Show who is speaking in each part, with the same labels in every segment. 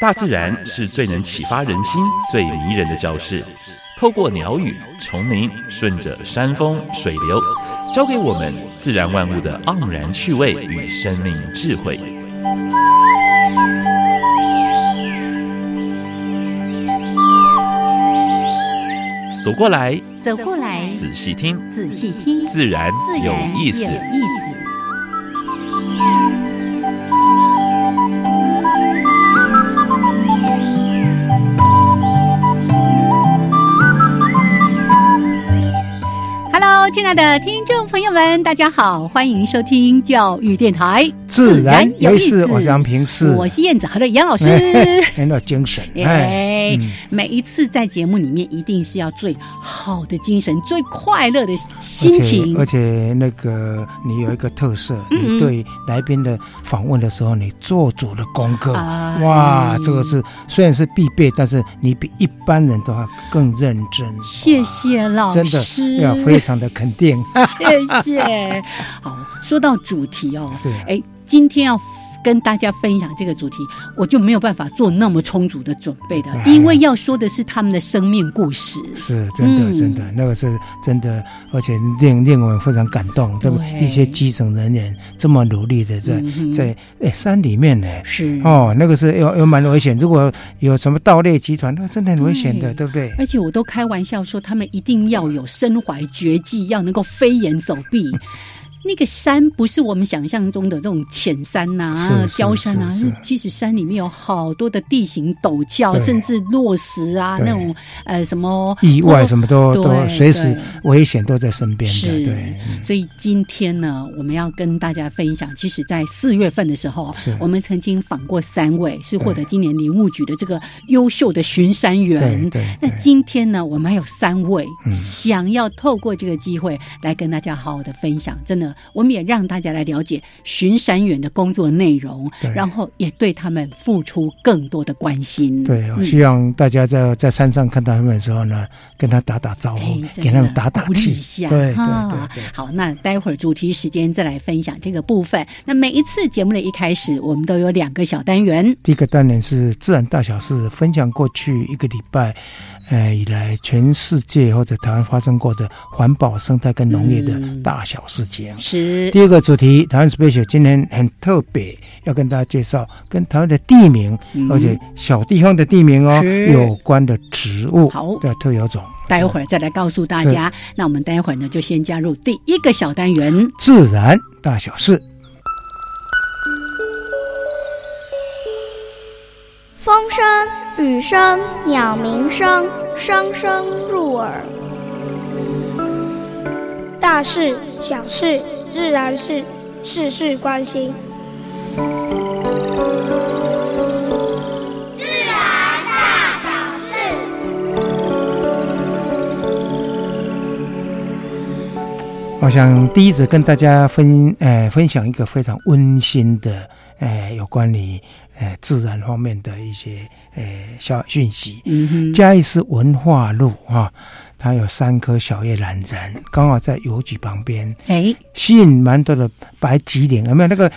Speaker 1: 大自然是最能启发人心、最迷人的教室。透过鸟语、虫鸣，顺着山峰、水流，教给我们自然万物的盎然趣味与生命智慧。走过来，
Speaker 2: 走过来，
Speaker 1: 仔细听，
Speaker 2: 仔细听，
Speaker 1: 自然
Speaker 2: 自然
Speaker 1: 有意思。
Speaker 2: 有意思。Hello，亲爱的听众朋友们，大家好，欢迎收听教育电台，
Speaker 3: 自然有意
Speaker 2: 自然有意思
Speaker 3: 思，我是杨平，是
Speaker 2: 我是燕子，和的杨老师。
Speaker 3: 很有精神，哎，
Speaker 2: 哎
Speaker 3: 嗯，
Speaker 2: 每一次在节目里面，一定是要最好的精神、最快乐的
Speaker 3: 而
Speaker 2: 心
Speaker 3: 且
Speaker 2: 情。
Speaker 3: 而且那个你有一个特色，
Speaker 2: 嗯
Speaker 3: 你对来宾的访问的时候，你做足了功课，
Speaker 2: 哎
Speaker 3: 哇，这个是虽然是必备，但是你比一般人的话更认真，
Speaker 2: 谢谢老
Speaker 3: 真的
Speaker 2: 师，哎
Speaker 3: 要非常的肯定，
Speaker 2: 谢谢。好，说到主题哦，
Speaker 3: 是
Speaker 2: 哎，今天要跟大家分享这个主题，我就没有办法做那么充足的准备的，
Speaker 3: 哎
Speaker 2: 因为要说的是他们的生命故事。
Speaker 3: 是真的，
Speaker 2: 嗯
Speaker 3: 真的，那个是真的，而且令令我们非常感动，对吧？
Speaker 2: 对
Speaker 3: 一些基层人员这么努力的在
Speaker 2: 嗯哼
Speaker 3: 在哎山里面呢，
Speaker 2: 是，
Speaker 3: 哦，那个是有有蛮危险，如果有什么盗猎集团，那真的很危险的，
Speaker 2: 对
Speaker 3: 对不对？
Speaker 2: 而且我都开玩笑说，他们一定要有身怀绝技，要能够飞檐走 壁。那个山不是我们想象中的这种浅山呐、
Speaker 3: 是是
Speaker 2: 焦山啊，
Speaker 3: 是是
Speaker 2: 其实山里面有好多的地形陡峭，
Speaker 3: 对
Speaker 2: 甚至落石啊，
Speaker 3: 对
Speaker 2: 那种呃什么
Speaker 3: 意外什么都
Speaker 2: 对
Speaker 3: 都随时
Speaker 2: 对
Speaker 3: 危险都在身边的，
Speaker 2: 是
Speaker 3: 对，嗯
Speaker 2: 所以今天呢，我们要跟大家分享，其实，在四月份的时候
Speaker 3: 是，
Speaker 2: 我们曾经访过三位，是获得今年林务局的这个优秀的巡山员
Speaker 3: 对。对
Speaker 2: 那
Speaker 3: 对，
Speaker 2: 今天呢，我们还有三位
Speaker 3: 嗯
Speaker 2: 想要透过这个机会来跟大家好好的分享，真的，我们也让大家来了解巡山员的工作内容，
Speaker 3: 对
Speaker 2: 然后也对他们付出更多的关心。
Speaker 3: 对，我
Speaker 2: 嗯
Speaker 3: 希望大家在在山上看到他们的时候呢，跟他打打招
Speaker 2: 哎
Speaker 3: 呼，，
Speaker 2: 真
Speaker 3: 给他们
Speaker 2: 的
Speaker 3: 打打
Speaker 2: 鼓励
Speaker 3: 气
Speaker 2: 一，下，
Speaker 3: 对对
Speaker 2: 哈
Speaker 3: 对对。
Speaker 2: 好，那待会儿主题时间再来分享这个部分。那每一次节目的一开始，我们都有两个小单元。
Speaker 3: 第一个单元是自然大小事，分享过去一个礼拜，呃以来全世界或者台湾发生过的环保、生态跟农业的
Speaker 2: 嗯
Speaker 3: 大小事情。
Speaker 2: 十
Speaker 3: 第二个主题台湾 special 今天很特别，要跟大家介绍跟台湾的地名，
Speaker 2: 嗯
Speaker 3: 而且小地方的地名哦
Speaker 2: 是
Speaker 3: 有关的植物
Speaker 2: 好
Speaker 3: 的特有种。
Speaker 2: 待会儿再来告诉大家。那我们待会儿呢，就先加入第一个小单元。
Speaker 3: 自然大小事，
Speaker 4: 风声、雨声、鸟鸣声，声声入耳。大事、小事、自然是事事关心。
Speaker 3: 我想第一则跟大家分呃分享一个非常温馨的呃有关于呃自然方面的一些呃小讯息。
Speaker 2: 嗯哼，
Speaker 3: 嘉义市文化路哈、它有三棵小叶兰杉，刚好在邮局旁边。
Speaker 2: 哎，
Speaker 3: 吸引蛮多的白脊灵，有没有那个？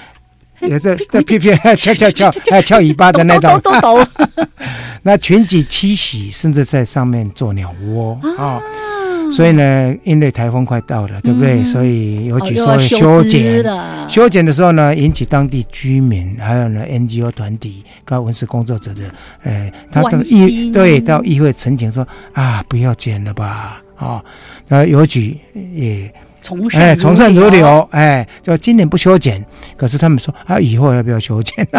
Speaker 3: 也在在屁屁 翘 翘翘，哎，翘尾巴的那种。啊
Speaker 2: 抖抖抖抖
Speaker 3: 那群体栖息，甚至在上面做鸟窝啊。
Speaker 2: 啊
Speaker 3: 所以呢，因为台风快到了，对不对？
Speaker 2: 嗯
Speaker 3: 所以有
Speaker 2: 哦
Speaker 3: 几
Speaker 2: 又
Speaker 3: 稍
Speaker 2: 要
Speaker 3: 微
Speaker 2: 修
Speaker 3: 修
Speaker 2: 枝
Speaker 3: 剪。
Speaker 2: 了，
Speaker 3: 修剪的时候呢，引起当地居民还有呢 NGO 团体跟文史工作者的，呃，他到
Speaker 2: 关
Speaker 3: 议
Speaker 2: 心
Speaker 3: 对到议会陈情说啊，不要剪了吧，啊，然后邮局也
Speaker 2: 从善
Speaker 3: 哎，从善如流，哎，就今年不修剪，可是他们说啊，以后要不要修剪？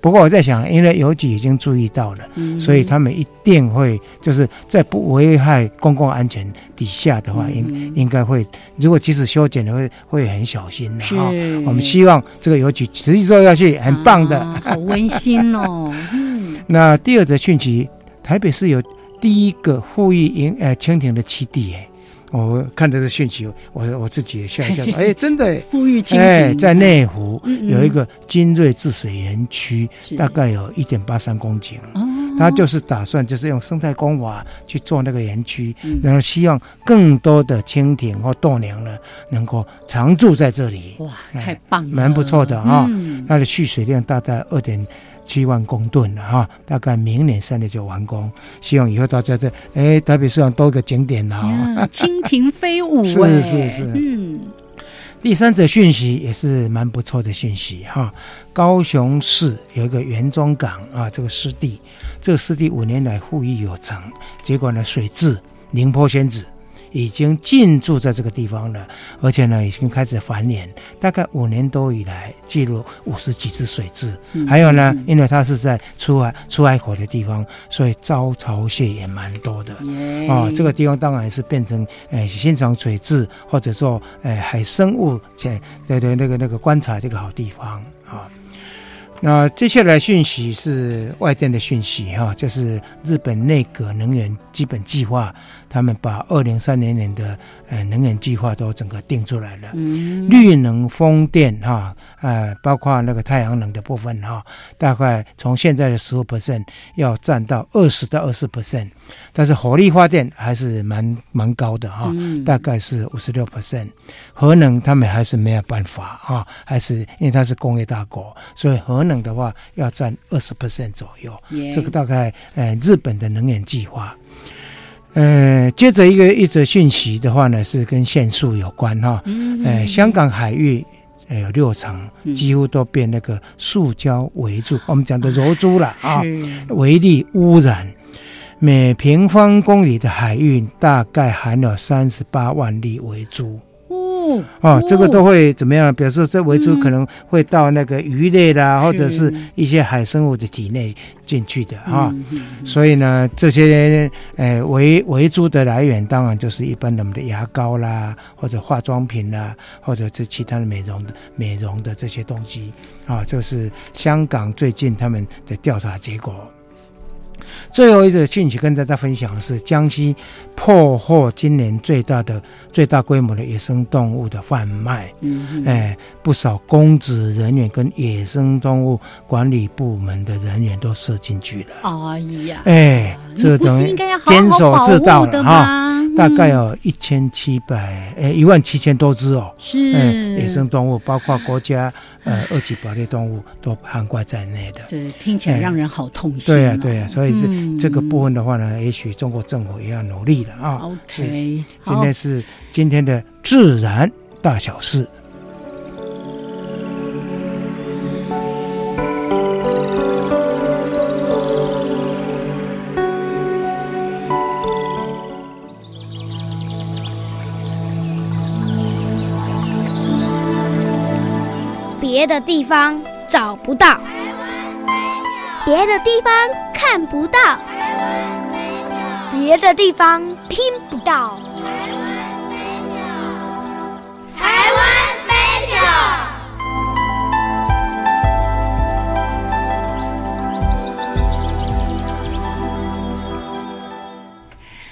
Speaker 3: 不过我在想，因为邮局已经注意到了，
Speaker 2: 嗯
Speaker 3: 所以他们一定会就是在不危害公共安全底下的话，应
Speaker 2: 嗯
Speaker 3: 应该会，如果即使修剪了，会会很小心的
Speaker 2: 是
Speaker 3: 哈。我们希望这个邮局持续做下去，很棒的。
Speaker 2: 啊好温 馨哦。嗯，
Speaker 3: 那第二则讯息，台北市有第一个富裕营呃蜻蜓的基地哎。我看这个讯息，我我自己也 吓一跳，哎，真的哎，
Speaker 2: 富裕清
Speaker 3: 哎，
Speaker 2: 贫
Speaker 3: 在内湖
Speaker 2: 嗯嗯
Speaker 3: 有一个金锐治水园区，
Speaker 2: 是
Speaker 3: 大概有一点八三公顷。
Speaker 2: 哦
Speaker 3: 他就是打算就是用生态工法去做那个园区，
Speaker 2: 嗯
Speaker 3: 然后希望更多的蜻蜓或豆娘呢能够常住在这里，
Speaker 2: 哇，
Speaker 3: 哎
Speaker 2: 太棒了，
Speaker 3: 蛮不错的啊
Speaker 2: 嗯
Speaker 3: 它的蓄水量大概二点七万公吨了哈，大概明年三月就完工。希望以后大家在哎台北市场多一个景点了、哦。
Speaker 2: 呀蜻蜓飞舞、
Speaker 3: 是
Speaker 2: 哎
Speaker 3: 是是
Speaker 2: 嗯，
Speaker 3: 第三则讯息也是蛮不错的讯息哈。高雄市有一个园中港啊，这个湿地，这个湿地五年来富裕有成，结果呢，水蛭、宁波仙子已经进驻在这个地方了，而且呢，已经开始繁衍，大概五年多以来记录五十几只水蛭。
Speaker 2: 嗯
Speaker 3: 还有呢
Speaker 2: 嗯，
Speaker 3: 因为它是在出海出海口的地方，所以招潮蟹也蛮多的。
Speaker 2: 耶嗯
Speaker 3: 啊、这个地方当然是变成呃欣赏水质或者说呃海生物且对对那个那个观察这个好地方啊。那接下来讯息是外电的讯息哈、就是日本内阁能源基本计划，他们把二零三零年的呃能源计划都整个定出来了。
Speaker 2: 嗯
Speaker 3: 绿能、风电哈，呃，包括那个太阳能的部分哈，大概从现在的十五 percent 要占到二十到二十 percent，但是火力发电还是蛮蛮高的哈，
Speaker 2: 嗯
Speaker 3: 大概是五十六 percent。核能他们还是没有办法啊，还是因为它是工业大国，所以核能的话要占二十 percent 左右。
Speaker 2: 耶
Speaker 3: 这个大概呃日本的能源计划。呃，接着一个一则讯息的话呢，是跟限速有关哈、
Speaker 2: 嗯
Speaker 3: 呃，香港海域呃有六成
Speaker 2: 嗯
Speaker 3: 几乎都被那个塑胶围住，我们讲的柔珠了啊，
Speaker 2: 是
Speaker 3: 微粒污染。每平方公里的海域大概含有三十八万粒围珠
Speaker 2: 哦
Speaker 3: 哦，这个
Speaker 2: 哦
Speaker 3: 都会怎么样？比如说，这围珠
Speaker 2: 嗯
Speaker 3: 可能会到那个鱼类啦，或者
Speaker 2: 是
Speaker 3: 是一些海生物的体内进去的哈。
Speaker 2: 嗯嗯嗯
Speaker 3: 所以呢，这些呃维维珠的来源，当然就是一般的我们的牙膏啦，或者化妆品啦，或者是其他的美容的美容的这些东西啊，这是香港最近他们的调查结果。最后一则讯息跟大家分享的是，江西破获今年最大的最大规模的野生动物的贩卖。
Speaker 2: 嗯嗯
Speaker 3: 哎，不少公职人员跟野生动物管理部门的人员都射进去了。
Speaker 2: 哎呀，
Speaker 3: 哎，
Speaker 2: 你
Speaker 3: 这
Speaker 2: 不
Speaker 3: 等
Speaker 2: 是
Speaker 3: 于
Speaker 2: 应该要好好
Speaker 3: 坚守
Speaker 2: 保
Speaker 3: 自盗
Speaker 2: 护的
Speaker 3: 了哈，
Speaker 2: 吗？
Speaker 3: 大概
Speaker 2: 嗯
Speaker 3: 有一千七百，哎，一万七千多只哦。
Speaker 2: 是
Speaker 3: 哎，野生动物包括国家呃二级保育动物都涵盖在内的。
Speaker 2: 这听起来
Speaker 3: 哎
Speaker 2: 让人好痛心、啊
Speaker 3: 对呀、对呀、啊所以这、
Speaker 2: 嗯
Speaker 3: 这个部分的话呢，也许中国政府也要努力了啊。是
Speaker 2: OK，
Speaker 3: 今
Speaker 2: 好，
Speaker 3: 天是今天的自然大小事。
Speaker 4: 别的地方找不到，别的地方看不到，别的地方听不到。台湾 special。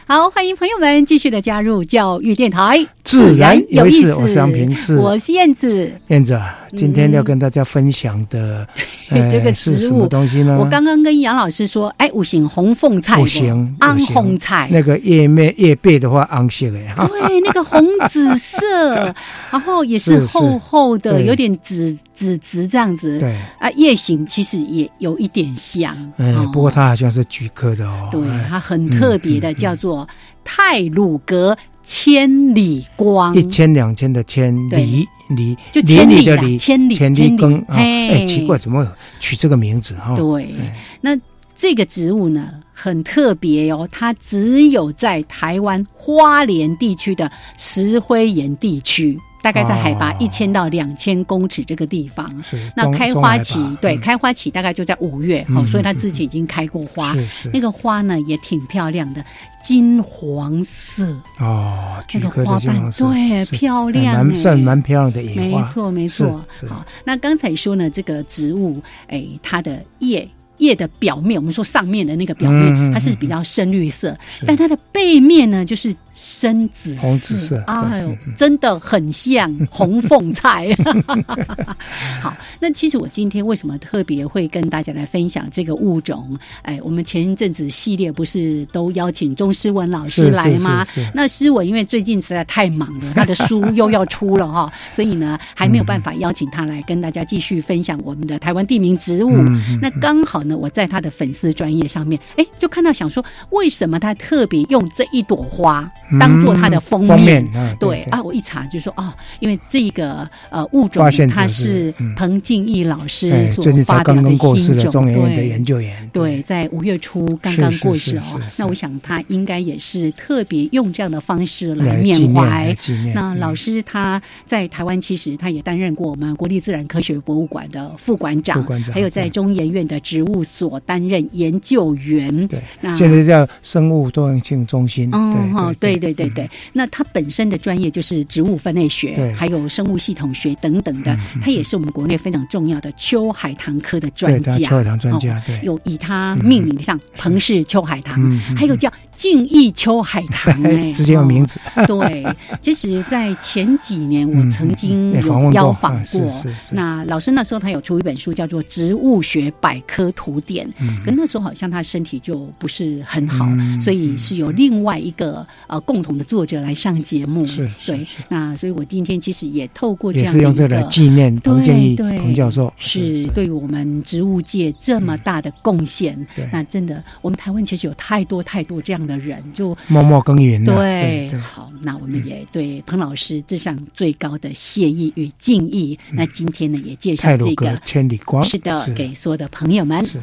Speaker 2: 好，欢迎朋友们继续的加入教育电台，
Speaker 3: 自然有
Speaker 2: 有
Speaker 3: 意
Speaker 2: 意
Speaker 3: 思，我是杨平，是
Speaker 2: 我是燕子。
Speaker 3: 燕子啊。今天要
Speaker 2: 嗯
Speaker 3: 跟大家分享 的，呃，
Speaker 2: 这个
Speaker 3: 是
Speaker 2: 植
Speaker 3: 什
Speaker 2: 物
Speaker 3: 么东西呢？
Speaker 2: 我刚刚跟杨老师说，哎，五行红凤菜不，
Speaker 3: 啊五行
Speaker 2: 安
Speaker 3: 五行
Speaker 2: 红菜，
Speaker 3: 那个叶面叶背的话，昂色的哈。
Speaker 2: 对，那个红紫色，然后也是
Speaker 3: 是是
Speaker 2: 厚厚的，
Speaker 3: 对
Speaker 2: 有点紫紫紫这样子。
Speaker 3: 对，
Speaker 2: 啊，夜行其实也有一点像，
Speaker 3: 嗯、
Speaker 2: 哦
Speaker 3: 不过它好像是菊科的哦。
Speaker 2: 对
Speaker 3: 哎
Speaker 2: 它很特别
Speaker 3: 嗯嗯
Speaker 2: 的，
Speaker 3: 嗯
Speaker 2: 叫做泰鲁格千里光，
Speaker 3: 一千两千的千
Speaker 2: 对
Speaker 3: 里里，
Speaker 2: 就
Speaker 3: 邻
Speaker 2: 千
Speaker 3: 里
Speaker 2: 里
Speaker 3: 的
Speaker 2: 啦
Speaker 3: 里，
Speaker 2: 千里
Speaker 3: 千
Speaker 2: 千
Speaker 3: 里
Speaker 2: 里
Speaker 3: 耕啊。
Speaker 2: 嘿
Speaker 3: 哎，奇怪，怎么取这个名字哈？
Speaker 2: 对
Speaker 3: 哎，
Speaker 2: 那这个植物呢很特别哦，它只有在台湾花莲地区的石灰岩地区，大概在海拔
Speaker 3: 哦
Speaker 2: 一千到两千公尺这个地方。
Speaker 3: 是
Speaker 2: 那
Speaker 3: 中
Speaker 2: 开
Speaker 3: 中
Speaker 2: 花
Speaker 3: 来吧
Speaker 2: 期，对，
Speaker 3: 嗯
Speaker 2: 开花期大概就在五月，哦，
Speaker 3: 嗯
Speaker 2: 所以它
Speaker 3: 嗯
Speaker 2: 之前已经开过花。
Speaker 3: 是是
Speaker 2: 那个花呢也挺漂亮的，金黄色，
Speaker 3: 哦，菊
Speaker 2: 那个
Speaker 3: 科的
Speaker 2: 花
Speaker 3: 金
Speaker 2: 瓣
Speaker 3: 黄色
Speaker 2: 对
Speaker 3: 是
Speaker 2: 漂
Speaker 3: 哎
Speaker 2: 亮、
Speaker 3: 蛮
Speaker 2: 欸，
Speaker 3: 算蛮漂亮的野
Speaker 2: 没
Speaker 3: 花。
Speaker 2: 错，没错
Speaker 3: 是。是
Speaker 2: 好，那刚才说呢，这个植物，哎，它的叶叶的表面，我们说上面的那个表面，
Speaker 5: 嗯嗯嗯嗯
Speaker 2: 它是比较深绿色，
Speaker 5: 是
Speaker 2: 但它的背面呢就是深紫
Speaker 5: 红紫色
Speaker 2: 哎
Speaker 5: 对
Speaker 2: 呦
Speaker 5: 嗯嗯，
Speaker 2: 真的很像红 凤菜。 好，那其实我今天为什么特别会跟大家来分享这个物种？哎，我们前一阵子系列不是都邀请钟诗文老师
Speaker 5: 是
Speaker 2: 来吗？
Speaker 5: 是是是
Speaker 2: 那诗文因为最近实在太忙了，他的书又要出了哈， 所以呢还没有办法邀请他来跟大家继续分享我们的台湾地名植物。
Speaker 5: 嗯
Speaker 2: 那刚好呢，我在他的粉丝专业上面，哎，就看到想说，为什么他特别用这一朵花当做他的封面？
Speaker 5: 嗯封面啊
Speaker 2: 对
Speaker 5: 对
Speaker 2: 啊，我一查就说哦，因为这个呃物种
Speaker 5: 发现者
Speaker 2: 它
Speaker 5: 是
Speaker 2: 是
Speaker 5: 嗯
Speaker 2: 彭静义老师
Speaker 5: 哎，
Speaker 2: 所
Speaker 5: 最近才
Speaker 2: 发表
Speaker 5: 刚
Speaker 2: 的
Speaker 5: 刚过世
Speaker 2: 新
Speaker 5: 的
Speaker 2: 种，
Speaker 5: 中研院的
Speaker 2: 对
Speaker 5: 研究员，
Speaker 2: 对，在五月初刚刚
Speaker 5: 是是
Speaker 2: 过
Speaker 5: 是
Speaker 2: 世
Speaker 5: 是
Speaker 2: 哦
Speaker 5: 是。
Speaker 2: 那我想他应该也是特别用这样的方式
Speaker 5: 来
Speaker 2: 来
Speaker 5: 纪
Speaker 2: 缅
Speaker 5: 念来
Speaker 2: 怀。
Speaker 5: 纪念。
Speaker 2: 那老
Speaker 5: 嗯
Speaker 2: 师他在台湾，其实他也担任过我们国立自然科学博物馆的副馆长，
Speaker 5: 副馆长
Speaker 2: 还有在
Speaker 5: 对
Speaker 2: 中研院的植物所担任研究员。
Speaker 5: 对
Speaker 2: 那，
Speaker 5: 现在叫生物多样性中心。
Speaker 2: 嗯，哈，对对对
Speaker 5: 嗯
Speaker 2: 对，那他本身的专业就是植物分类
Speaker 5: 对嗯
Speaker 2: 学，还有生物系统学等等的，他也是我们国内非常重要的秋海棠科的专
Speaker 5: 对，他
Speaker 2: 家。
Speaker 5: 邱海棠专
Speaker 2: 哦
Speaker 5: 家，对，
Speaker 2: 有以它命名的，像彭氏秋海棠，
Speaker 5: 嗯嗯
Speaker 2: 还有叫静逸秋海 棠、哎，
Speaker 5: 直接用名字，
Speaker 2: 哦。对，其实，在前几年我
Speaker 5: 嗯
Speaker 2: 曾经
Speaker 5: 也访
Speaker 2: 有
Speaker 5: 问
Speaker 2: 邀
Speaker 5: 过
Speaker 2: 访
Speaker 5: 啊是
Speaker 2: 过
Speaker 5: 是是
Speaker 2: 那老师那时候他有出一本书叫做《植物学百科图典》，可那时候好像他身体就不是很好，
Speaker 5: 嗯
Speaker 2: 所以是有另外一个呃共同的作者来上节目。
Speaker 5: 是是
Speaker 2: 对
Speaker 5: 是。
Speaker 2: 那所以我今天其实也透过这
Speaker 5: 也
Speaker 2: 样
Speaker 5: 是
Speaker 2: 的
Speaker 5: 用
Speaker 2: 一
Speaker 5: 这
Speaker 2: 个
Speaker 5: 个来纪念彭建义
Speaker 2: 对对
Speaker 5: 彭教授。
Speaker 2: 是对于我们植物界这么大的贡献。
Speaker 5: 嗯对
Speaker 2: 那真的，我们台湾其实有太多太多这样的人，就
Speaker 5: 默默耕耘
Speaker 2: 对
Speaker 5: 啊对对
Speaker 2: 好，那我们也对彭老师致上最高的谢意与敬意。
Speaker 3: 嗯
Speaker 2: 那今天呢，也介
Speaker 5: 泰
Speaker 2: 绍
Speaker 5: 鲁
Speaker 2: 这
Speaker 5: 阁
Speaker 2: 个。
Speaker 5: 千里光。
Speaker 2: 是的，给所有的朋友们。
Speaker 5: 是。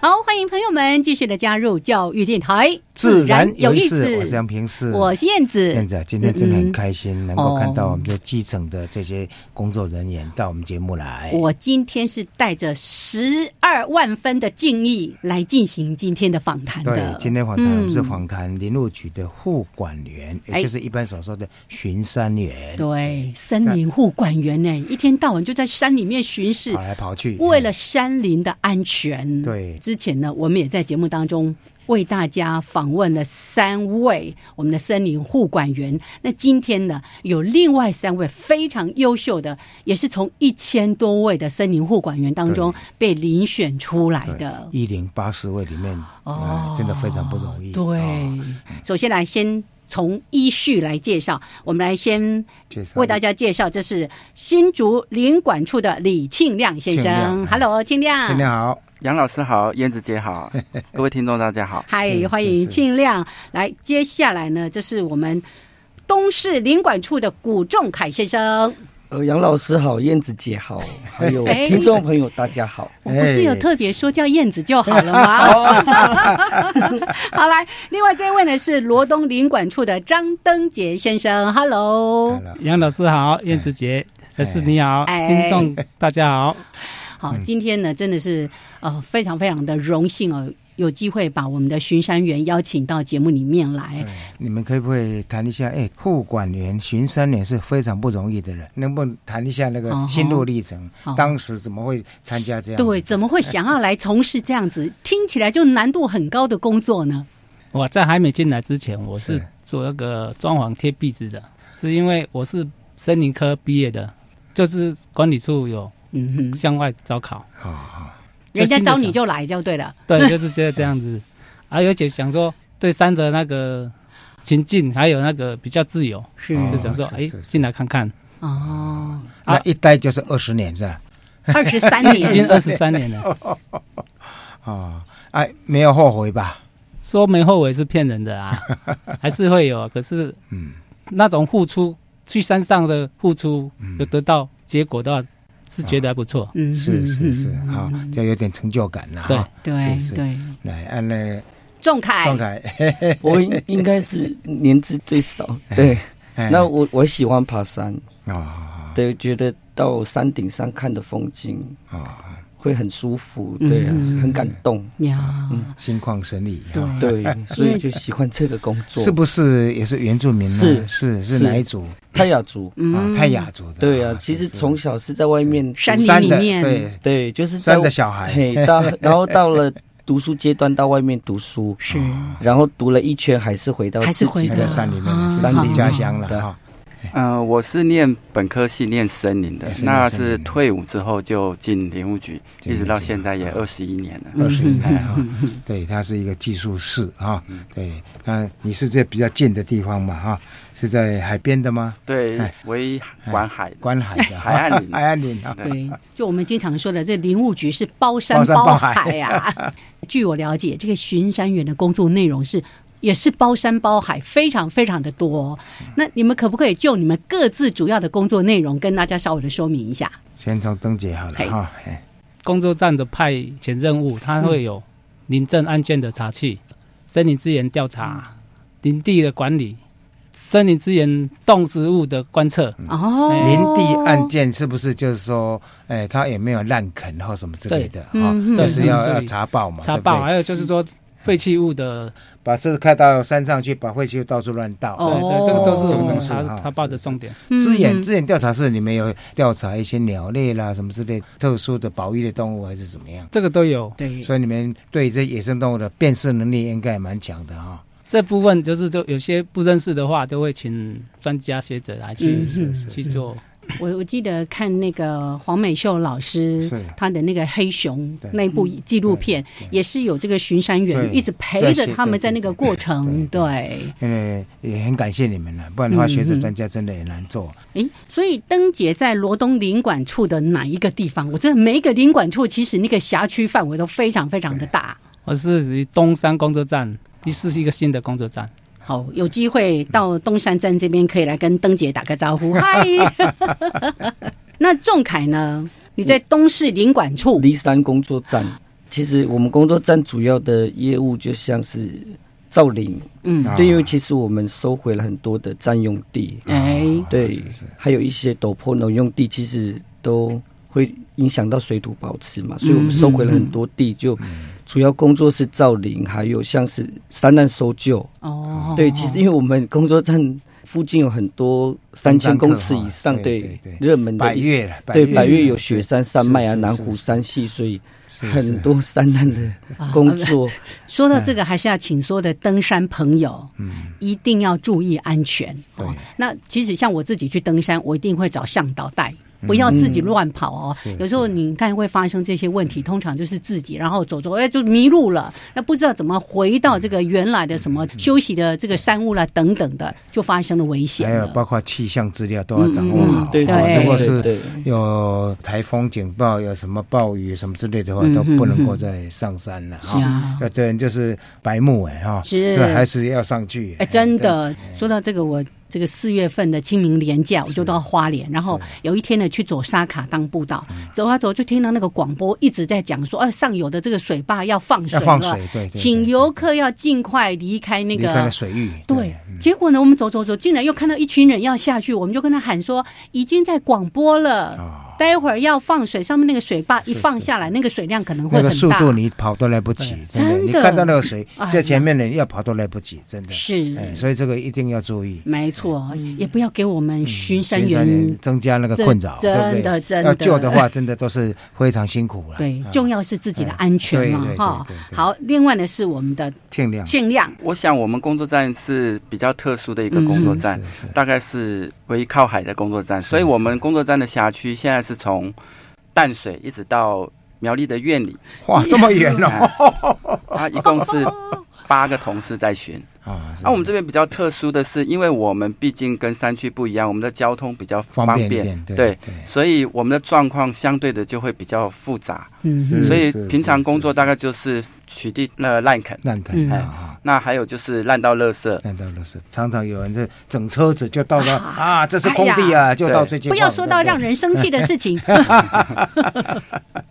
Speaker 2: 好，欢迎朋友们继续的加入教育电台，
Speaker 3: 自然有意思，我
Speaker 2: 自
Speaker 3: 是
Speaker 2: 然
Speaker 3: 杨平是。
Speaker 2: 我是燕子，
Speaker 3: 燕子啊，今天真的很开心，能够
Speaker 2: 哦
Speaker 3: 看到我们这基层的这些工作人员到我们节目来。
Speaker 2: 嗯我今天是带着十二万分的敬意来进行今天的访谈
Speaker 3: 对
Speaker 2: 的。，
Speaker 3: 今天访谈
Speaker 2: 嗯
Speaker 3: 我们是访谈林务局的护管员，
Speaker 2: 哎
Speaker 3: 也就是一般所说的巡山员，
Speaker 2: 对森林护管员呢，一天到晚就在山里面巡视
Speaker 3: 跑，来跑去。
Speaker 2: 为了山林的安全。
Speaker 3: 对
Speaker 2: 之前呢，我们也在节目当中。为大家访问了三位我们的森林护管员，那今天呢有另外三位非常优秀的，也是从一千多位的森林护管员当中被遴选出来的。
Speaker 3: 一零八十位里面，
Speaker 2: 哦、
Speaker 3: 呃真的非常不容易。
Speaker 2: 对，
Speaker 3: 哦
Speaker 2: 首先来先从依序来介绍，我们来先
Speaker 3: 介绍
Speaker 2: 为大家介绍，这是新竹林管处的李庆亮先
Speaker 3: 庆
Speaker 2: 生。
Speaker 3: 亮
Speaker 2: Hello，庆亮。
Speaker 3: 今天好，
Speaker 6: 杨老师好，燕子 姐好，各位听众大家好。
Speaker 2: 嗨，
Speaker 3: 是
Speaker 2: 欢迎
Speaker 3: 是
Speaker 2: 庆亮。来，接下来呢，这是我们东市林管处的古仲凯先生。
Speaker 7: 呃，杨老师好，燕子姐好，还有
Speaker 2: 哎
Speaker 7: 听众朋友大家好。
Speaker 3: 哎
Speaker 2: 我不是有特别说叫燕子就好了 吗？好，来，另外这位呢是罗东林管处的张登杰先生。Hello，
Speaker 3: 来了
Speaker 8: 杨老师好，燕子姐，陈师你好，
Speaker 2: 哎
Speaker 8: 听众大家好，
Speaker 2: 好，
Speaker 3: 嗯
Speaker 2: 今天呢真的是呃非常非常的荣幸哦，有机会把我们的巡山员邀请到节目里面来。
Speaker 3: 你们可不可以谈一下？哎，护管员、巡山员是非常不容易的人，能不能谈一下那
Speaker 2: 哦吼
Speaker 3: 个心路历程？
Speaker 2: 好
Speaker 3: 当时怎么会参加这样子？
Speaker 2: 对，怎么会想要来从事这样子听起来就难度很高的工作呢？
Speaker 8: 我在还没进来之前，我是
Speaker 3: 是
Speaker 8: 做那个装潢贴壁纸的，是因为我是森林科毕业的，就是管理处有
Speaker 2: 嗯哼，
Speaker 8: 向外招考，
Speaker 3: 好好
Speaker 2: 人家招你
Speaker 8: 就
Speaker 2: 就来就对了。
Speaker 8: 对，就是这这样子， 啊，而且想说对山的那个情境，还有那个比较自由，
Speaker 2: 是
Speaker 8: 就想说
Speaker 3: 哦是
Speaker 8: 哎
Speaker 3: 是是
Speaker 8: 进来看 看，
Speaker 2: 哦，
Speaker 3: 那一待就是二十年是吧？
Speaker 2: 二 十三
Speaker 8: 已经
Speaker 2: 年，
Speaker 8: 二十三年了，
Speaker 3: 哦，哎，没有后悔吧？
Speaker 8: 说没后悔是骗人的啊，还是会有，可是
Speaker 3: 嗯，
Speaker 8: 那种付出，去山上的付出，
Speaker 3: 嗯
Speaker 8: 有得到结果的话，是觉得还不错。
Speaker 2: 嗯哼，
Speaker 3: 是是是
Speaker 2: 嗯，
Speaker 3: 好，就有点成就感了
Speaker 8: 对
Speaker 3: 哈。
Speaker 2: 对
Speaker 3: 是是
Speaker 2: 对，
Speaker 3: 来，按那
Speaker 2: 仲凯，
Speaker 3: 状态，嘿嘿
Speaker 7: 我应应
Speaker 8: 哎
Speaker 7: 该是年纪最少，对。
Speaker 3: 嘿
Speaker 7: 那我我喜欢爬山，
Speaker 3: 哎哦，
Speaker 7: 对，觉得到山顶上看的风景
Speaker 3: 啊，
Speaker 7: 会很舒服，
Speaker 2: 嗯嗯
Speaker 7: 对啊，
Speaker 2: 是
Speaker 7: 很感动，
Speaker 3: 啊
Speaker 2: 呀，
Speaker 3: 心旷神怡
Speaker 2: 对
Speaker 3: 嗯啊。
Speaker 7: 对，所以就喜欢这个工作。
Speaker 3: 是不是也是原住民呢？
Speaker 7: 是
Speaker 3: 是是
Speaker 7: 是
Speaker 3: 哪一族
Speaker 7: 泰雅族？
Speaker 2: 嗯
Speaker 3: 啊？泰雅族的。
Speaker 7: 对啊，其实
Speaker 3: 是
Speaker 7: 从小是在外面，
Speaker 2: 山
Speaker 3: 山
Speaker 2: 里
Speaker 3: 的
Speaker 2: 面，
Speaker 3: 对
Speaker 7: 对，就是在
Speaker 3: 山的小孩，
Speaker 7: 嘿，到然后到了读书阶段，到外面读书，
Speaker 2: 是
Speaker 3: 哦
Speaker 7: 然后读了一圈，还是回到
Speaker 2: 还是
Speaker 7: 自己
Speaker 2: 回
Speaker 3: 还
Speaker 7: 的
Speaker 3: 在山里
Speaker 2: 啊
Speaker 3: 面，是自己家乡了
Speaker 7: 好
Speaker 3: 哈。
Speaker 6: 呃，我是念本科系，念森林的
Speaker 3: 也，是念
Speaker 6: 那
Speaker 3: 森林
Speaker 6: 是退伍之后就进林务局，
Speaker 3: 进
Speaker 6: 一直到
Speaker 3: 林务局
Speaker 6: 现在也
Speaker 3: 啊
Speaker 6: 二十一年了。
Speaker 3: 二十一
Speaker 2: 嗯
Speaker 3: 年啊
Speaker 2: 嗯 嗯嗯
Speaker 3: 对，它是一个技术室哈。对，那你是在比较近的地方嘛哈？是在海边的吗？
Speaker 6: 对
Speaker 3: 哎，
Speaker 6: 为管海的，
Speaker 3: 观海的
Speaker 6: 海岸 林
Speaker 3: 海岸林啊。
Speaker 6: 对
Speaker 2: 对，就我们经常说的，这林务局是包山
Speaker 3: 包山
Speaker 2: 包
Speaker 3: 包
Speaker 2: 海呀、 据我了解，这个巡山员的工作内容是也是包山包海，非常非常的多哦、
Speaker 3: 嗯
Speaker 2: 那你们可不可以就你们各自主要的工作内容跟大家稍微的说明一下？
Speaker 3: 先从灯姐好了
Speaker 2: 嘿
Speaker 3: 哈。嘿
Speaker 8: 工作站的派遣任务，它会有林政案件的查气、
Speaker 3: 嗯
Speaker 8: 森林资源调查、林地的管理、森林资源动植物的观测。
Speaker 3: 嗯
Speaker 2: 哦，
Speaker 3: 林地案件是不是就是说，哎，他有没有滥垦或什么之类的
Speaker 2: 对
Speaker 3: 哈
Speaker 2: 嗯？
Speaker 3: 就是要
Speaker 8: 对
Speaker 3: 要查报嘛，
Speaker 8: 查
Speaker 3: 对不
Speaker 8: 报，啊
Speaker 3: 对
Speaker 8: 还有就是说废弃物的，
Speaker 3: 把车子开到山上去，把废弃物到处乱倒。
Speaker 2: 哦
Speaker 8: 对对，这个都是
Speaker 3: 这个
Speaker 8: 我们
Speaker 3: 东西
Speaker 8: 查
Speaker 3: 哈
Speaker 8: 查报的重点。
Speaker 2: 嗯
Speaker 3: 资源
Speaker 2: 嗯
Speaker 3: 资源调查室里面有调查一些鸟类啦，什么之类特殊的保育的动物还是怎么样，
Speaker 8: 这个都有，
Speaker 2: 对，
Speaker 3: 所以你们对这野生动物的辨识能力应该也蛮强的哈、
Speaker 8: 这部分就是就有些不认识的话，都会请专家学者来去
Speaker 2: 嗯是是
Speaker 8: 去做。
Speaker 2: 我我记得看那个黄美秀老师
Speaker 3: 是
Speaker 2: 他的那个黑熊
Speaker 3: 对
Speaker 2: 那
Speaker 7: 嗯
Speaker 2: 部纪录片，也是有这个巡山员
Speaker 3: 对
Speaker 2: 一直陪
Speaker 3: 在
Speaker 2: 着他们
Speaker 3: 对
Speaker 2: 在那个过程，
Speaker 3: 对
Speaker 2: 对。
Speaker 3: 因为也很感谢你们了，不然的话
Speaker 2: 嗯
Speaker 3: 学者
Speaker 2: 嗯
Speaker 3: 专家真的也难做。
Speaker 2: 诶，所以灯节在罗东领馆处的哪一个地方？我真的每一个领馆处，其实那个辖区范围都非常非常的大。
Speaker 8: 我是属于东山工作
Speaker 3: 哦
Speaker 8: 站，一是一个新的工作站。
Speaker 2: 好，有机会到东山站这边，可以来跟灯节打个 招呼，嗨。 那仲凯呢？你在东市领馆处，
Speaker 7: 骊山工作站，其实我们工作站主要的业务就像是造林，
Speaker 2: 嗯，
Speaker 3: 啊
Speaker 7: 对，因为其实我们收回了很多的占用地，
Speaker 2: 哎，
Speaker 7: 对
Speaker 3: 啊是是，
Speaker 7: 还有一些陡坡农用地，其实都会影响到水土保持
Speaker 3: 嗯
Speaker 7: 嘛，所以我们收回了很多地，就主要工作是造林，还有像是山难搜救。
Speaker 3: 啊
Speaker 2: 哦，
Speaker 7: 对，其实因为我们工作站附近有很多三千公尺以上，
Speaker 3: 对
Speaker 7: 对
Speaker 3: 对对
Speaker 7: 热门的
Speaker 3: 百越了，
Speaker 7: 对
Speaker 3: 越
Speaker 7: 百越有雪山山脉啊、
Speaker 3: 是是
Speaker 7: 南
Speaker 3: 是
Speaker 7: 湖
Speaker 3: 是
Speaker 7: 山系，所以
Speaker 3: 是是
Speaker 7: 很多山难的
Speaker 2: 啊
Speaker 7: 工作。
Speaker 2: 说到
Speaker 3: 嗯
Speaker 2: 这个，还是要请所有的登山朋友，一定要注意安全。
Speaker 3: 对
Speaker 2: 哦，那其实像我自己去登山，我一定会找向导带。不要自己乱跑哦！
Speaker 3: 嗯是
Speaker 2: 有时候你看会发生这些问题，通常就是自己，然后走走，哎，就迷路了，那不知道怎么回到这个原来的什么
Speaker 3: 嗯
Speaker 2: 休息的这个山屋啦，等等的，就发生了危险
Speaker 3: 还有
Speaker 2: 了。
Speaker 3: 哎包括气象资料都要掌握
Speaker 2: 嗯
Speaker 3: 好。哦
Speaker 2: 嗯
Speaker 7: 对
Speaker 2: 对
Speaker 3: 如果
Speaker 7: 对
Speaker 3: 是
Speaker 7: 对
Speaker 3: 有台风警报、有什么暴雨什么之类的话，
Speaker 2: 嗯
Speaker 3: 都不能够再上山了
Speaker 2: 呀
Speaker 3: 哈。有的人就是白目哎哈，
Speaker 2: 啊是
Speaker 3: 对还是要上去
Speaker 2: 哎，真。的，说到这个，我这个四月份的清明连假，我就到花莲，然后有一天呢去走沙卡当步道，
Speaker 3: 嗯
Speaker 2: 走啊走，就听到那个广播一直在讲说，啊，上游的这个水坝要放水
Speaker 3: 要
Speaker 2: 了，
Speaker 3: 放水，对，对
Speaker 2: 请
Speaker 3: 对
Speaker 2: 游客要尽快离开那
Speaker 3: 离开
Speaker 2: 个
Speaker 3: 了。水嗯域，
Speaker 2: 对，结果呢，我们走走走，竟然又看到一群人要下去，我们就跟他喊说，已经在广播了，
Speaker 3: 哦
Speaker 2: 待会儿要放水，上面那个水坝一放下来，那个水量可能会
Speaker 3: 那
Speaker 2: 很大。
Speaker 3: 个速度你跑都来不及，真的，你
Speaker 2: 真的
Speaker 3: 看到那个水
Speaker 2: 哎呀
Speaker 3: 在前面的人要跑都来不及，真的。
Speaker 2: 是，
Speaker 3: 哎，所以这个一定要注意，
Speaker 2: 没错，也不要给我们巡山
Speaker 3: 嗯巡山
Speaker 2: 员
Speaker 3: 员增加那个
Speaker 2: 真
Speaker 3: 困扰，对不
Speaker 2: 真
Speaker 3: 对？
Speaker 2: 的真的
Speaker 3: 要救的话，真的都是非常辛苦了。
Speaker 2: 对
Speaker 3: 啊，
Speaker 2: 重要是自己的安全嘛
Speaker 3: 对，对
Speaker 2: 哈
Speaker 3: 对对。对
Speaker 2: 好，另外呢是我们的
Speaker 3: 尽量
Speaker 2: 限量，
Speaker 6: 我想我们工作站是比较特殊的一个工作站，
Speaker 3: 嗯是是
Speaker 6: 大概是唯一靠海的工作站，所以我们工作站的辖区现在是从淡水一直到苗栗的院 里，
Speaker 3: 哇，这么远哦！
Speaker 6: 啊，一共是八个同事在巡。
Speaker 3: 啊，
Speaker 6: 啊，我们这边比较特殊的是，因为我们毕竟跟山区不一样，我们的交通比较
Speaker 3: 方便
Speaker 6: 便，
Speaker 3: 一点对
Speaker 6: 对
Speaker 3: 对
Speaker 6: 所以我们的状况相对的就会比较复杂。
Speaker 2: 嗯
Speaker 3: 是
Speaker 2: 哼
Speaker 6: 所以
Speaker 3: 是
Speaker 6: 平常工作
Speaker 3: 是
Speaker 6: 大概就是取缔那滥垦，
Speaker 3: 烂
Speaker 2: 嗯
Speaker 3: 摊啊，
Speaker 6: 那还有就是滥到垃圾。
Speaker 3: 烂到了是常常有人就整车子就到了
Speaker 2: 啊
Speaker 3: 啊，这是工地啊，就到最近
Speaker 2: 不要说到让 人生气的事情。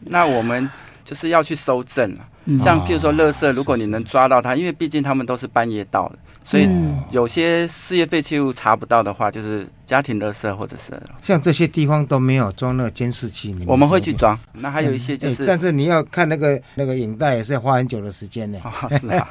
Speaker 6: 那我们就是要去收证了。啊
Speaker 2: 嗯
Speaker 6: 像
Speaker 3: 啊
Speaker 6: 譬如说垃圾，如果你能抓到它，因为毕竟他们都是半夜到的，所以
Speaker 2: 嗯
Speaker 6: 有些事业废弃物查不到的话，就是家庭垃圾或者是
Speaker 3: 像这些地方都没有装那个监视器，你们
Speaker 6: 我们会去
Speaker 3: 知道吗
Speaker 6: 装。那还有一些就
Speaker 3: 哎
Speaker 6: 是
Speaker 3: 但是你要看那个那个影带也是要花很久的时间呢。
Speaker 6: 啊，是啊，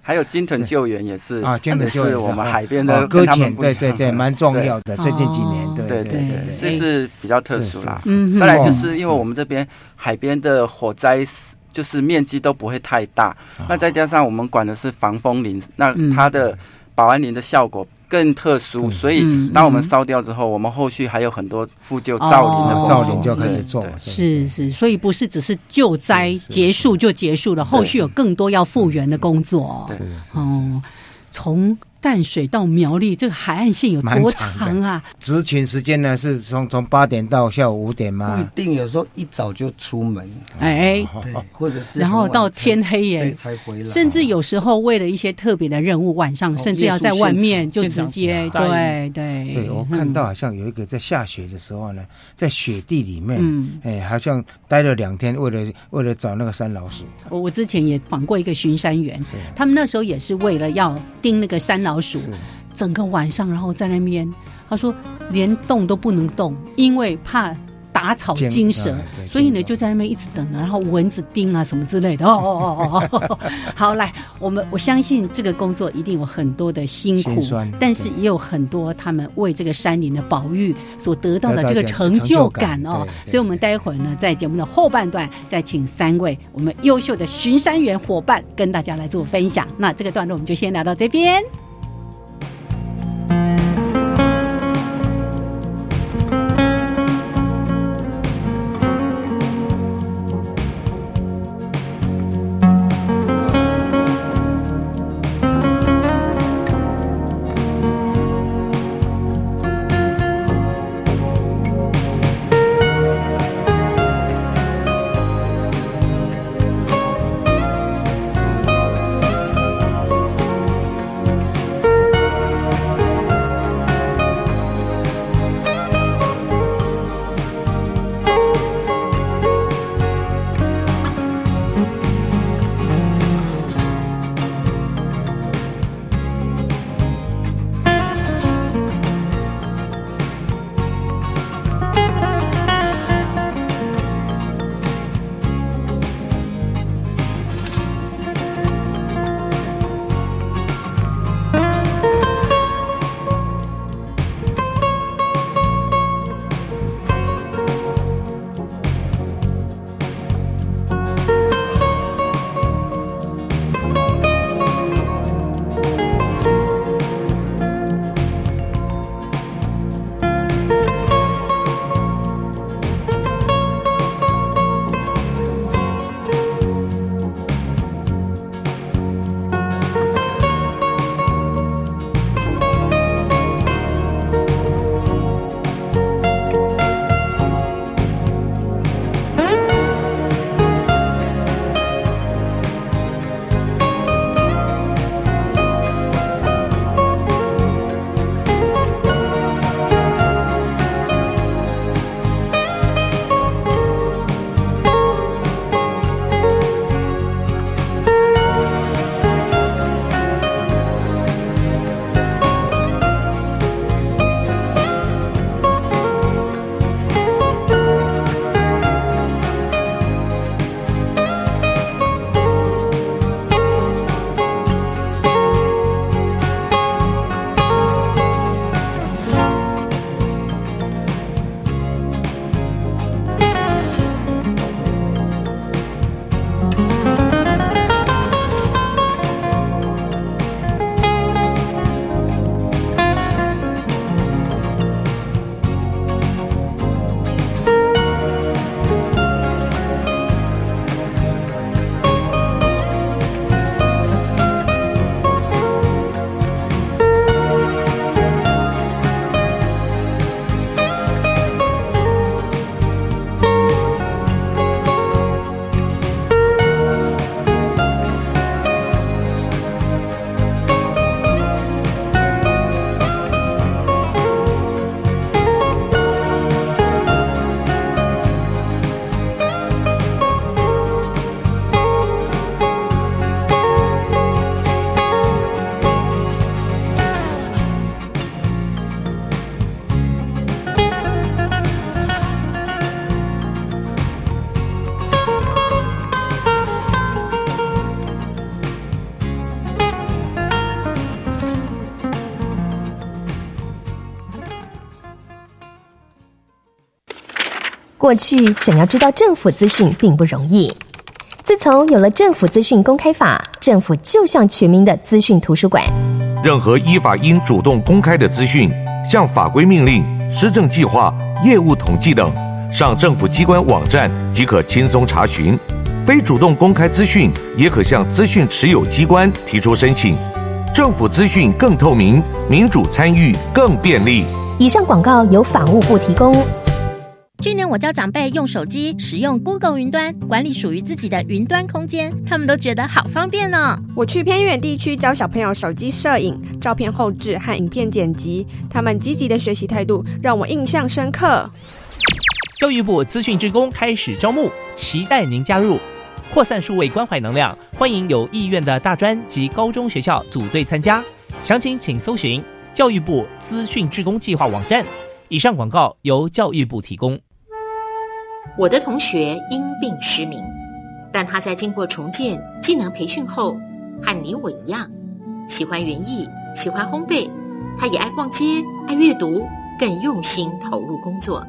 Speaker 6: 还有金屯救援也是
Speaker 3: 啊，真的就
Speaker 6: 也
Speaker 3: 是
Speaker 6: 是我们
Speaker 3: 啊
Speaker 6: 海边
Speaker 3: 啊
Speaker 6: 的
Speaker 3: 搁
Speaker 6: 跟他们
Speaker 3: 浅，
Speaker 6: 不一
Speaker 3: 对
Speaker 6: 样
Speaker 3: 对对，蛮重要的。
Speaker 2: 对
Speaker 3: 最近几年
Speaker 2: 哦，
Speaker 3: 对
Speaker 6: 对
Speaker 3: 对
Speaker 6: 对
Speaker 2: 对
Speaker 6: 这是比较特殊啦
Speaker 3: 是。
Speaker 2: 嗯哼，
Speaker 6: 再来就
Speaker 3: 哦
Speaker 6: 是因为我们这边海边的火灾就是面积都不会太大，
Speaker 3: 啊
Speaker 6: 那再加上我们管的是防风林，那
Speaker 2: 嗯
Speaker 6: 它的保安林的效果更特殊，
Speaker 3: 对
Speaker 6: 所
Speaker 2: 嗯
Speaker 6: 以
Speaker 2: 嗯
Speaker 6: 当我们烧掉之后，我们后续还有很多复旧造林的
Speaker 2: 哦
Speaker 6: 工作
Speaker 3: 造林就开始
Speaker 6: 对
Speaker 3: 做
Speaker 6: 对，
Speaker 3: 对
Speaker 2: 是是，所以不是只是救灾结束就结束了，后续有更多要复原的工作。
Speaker 3: 嗯是是是，
Speaker 2: 哦，从淡水到苗栗这个海岸线有
Speaker 3: 蛮
Speaker 2: 多
Speaker 3: 长的
Speaker 2: 长啊？
Speaker 3: 执勤时间呢是从从八点到下午五点
Speaker 7: 不一
Speaker 3: 嘛，
Speaker 7: 定，有时候一早就出门，
Speaker 3: 嗯哦
Speaker 2: 哎，
Speaker 7: 对，或者是
Speaker 2: 然后
Speaker 7: 很晚
Speaker 2: 到
Speaker 7: 才
Speaker 2: 天黑
Speaker 7: 对
Speaker 2: 耶。
Speaker 7: 才回来，
Speaker 2: 甚至有时候为了一些特别的任务，晚上
Speaker 7: 哦
Speaker 2: 甚至要在外面就直接
Speaker 8: 夜宿现场
Speaker 2: 对对嗯
Speaker 3: 对我看到好像有一个在下雪的时候呢，在雪地里面，
Speaker 2: 嗯，
Speaker 3: 哎，好像待了两天，为了为了找那个山老鼠，
Speaker 2: 我我之前也访过一个巡山员，
Speaker 3: 是
Speaker 2: 他们那时候也是为了要盯那个山老鼠，
Speaker 3: 是
Speaker 2: 整个晚上，然后在那边，他说连动都不能动，因为怕打草
Speaker 3: 惊
Speaker 2: 惊蛇
Speaker 3: 哎，对
Speaker 2: 所以呢
Speaker 3: 惊
Speaker 2: 就在那边一直等啊，然后蚊子叮啊什么之类的。哦哦哦哦哦， 好，来，我们我相信这个工作一定有很多的辛苦
Speaker 3: 辛酸，
Speaker 2: 但是
Speaker 3: 对
Speaker 2: 也有很多他们为这个山林的保育所得到
Speaker 3: 得
Speaker 2: 的
Speaker 3: 到
Speaker 2: 这个
Speaker 3: 的
Speaker 2: 成
Speaker 3: 成
Speaker 2: 就
Speaker 3: 就
Speaker 2: 感
Speaker 3: 感
Speaker 2: 哦
Speaker 3: 对。对
Speaker 2: 所以，我们
Speaker 3: 对
Speaker 2: 待会儿呢，在节目的后半段再请三位我们优秀的巡山员伙伴跟大家来做分享。那这个段落我们就先聊到这边。
Speaker 9: 过去想要知道政府资讯并不容易，自从有了政府资讯公开法，政府就像全民的资讯图书馆。
Speaker 10: 任何依法应主动公开的资讯，像法规命令、施政计划、业务统计等，上政府机关网站即可轻松查询。非主动公开资讯，也可向资讯持有机关提出申请。政府资讯更透明，民主参与更便利。
Speaker 9: 以上广告由法务部提供。
Speaker 11: 去年我教长辈用手机使用 Google 云端管理属于自己的云端空间，他们都觉得好方便哦。
Speaker 12: 我去偏远地区教小朋友手机摄影、照片后置和影片剪辑，他们积极的学习态度让我印象深刻。
Speaker 13: 教育部资讯职工开始招募，期待您加入。扩散数位关怀能量，欢迎有意愿的大专及高中学校组队参加。详情请搜寻教育部资讯职工计划网站。以上广告由教育部提供。
Speaker 14: 我的同学因病失明，但他在经过重建技能培训后，和你我一样，喜欢园艺，喜欢烘焙，他也爱逛街，爱阅读，更用心投入工作。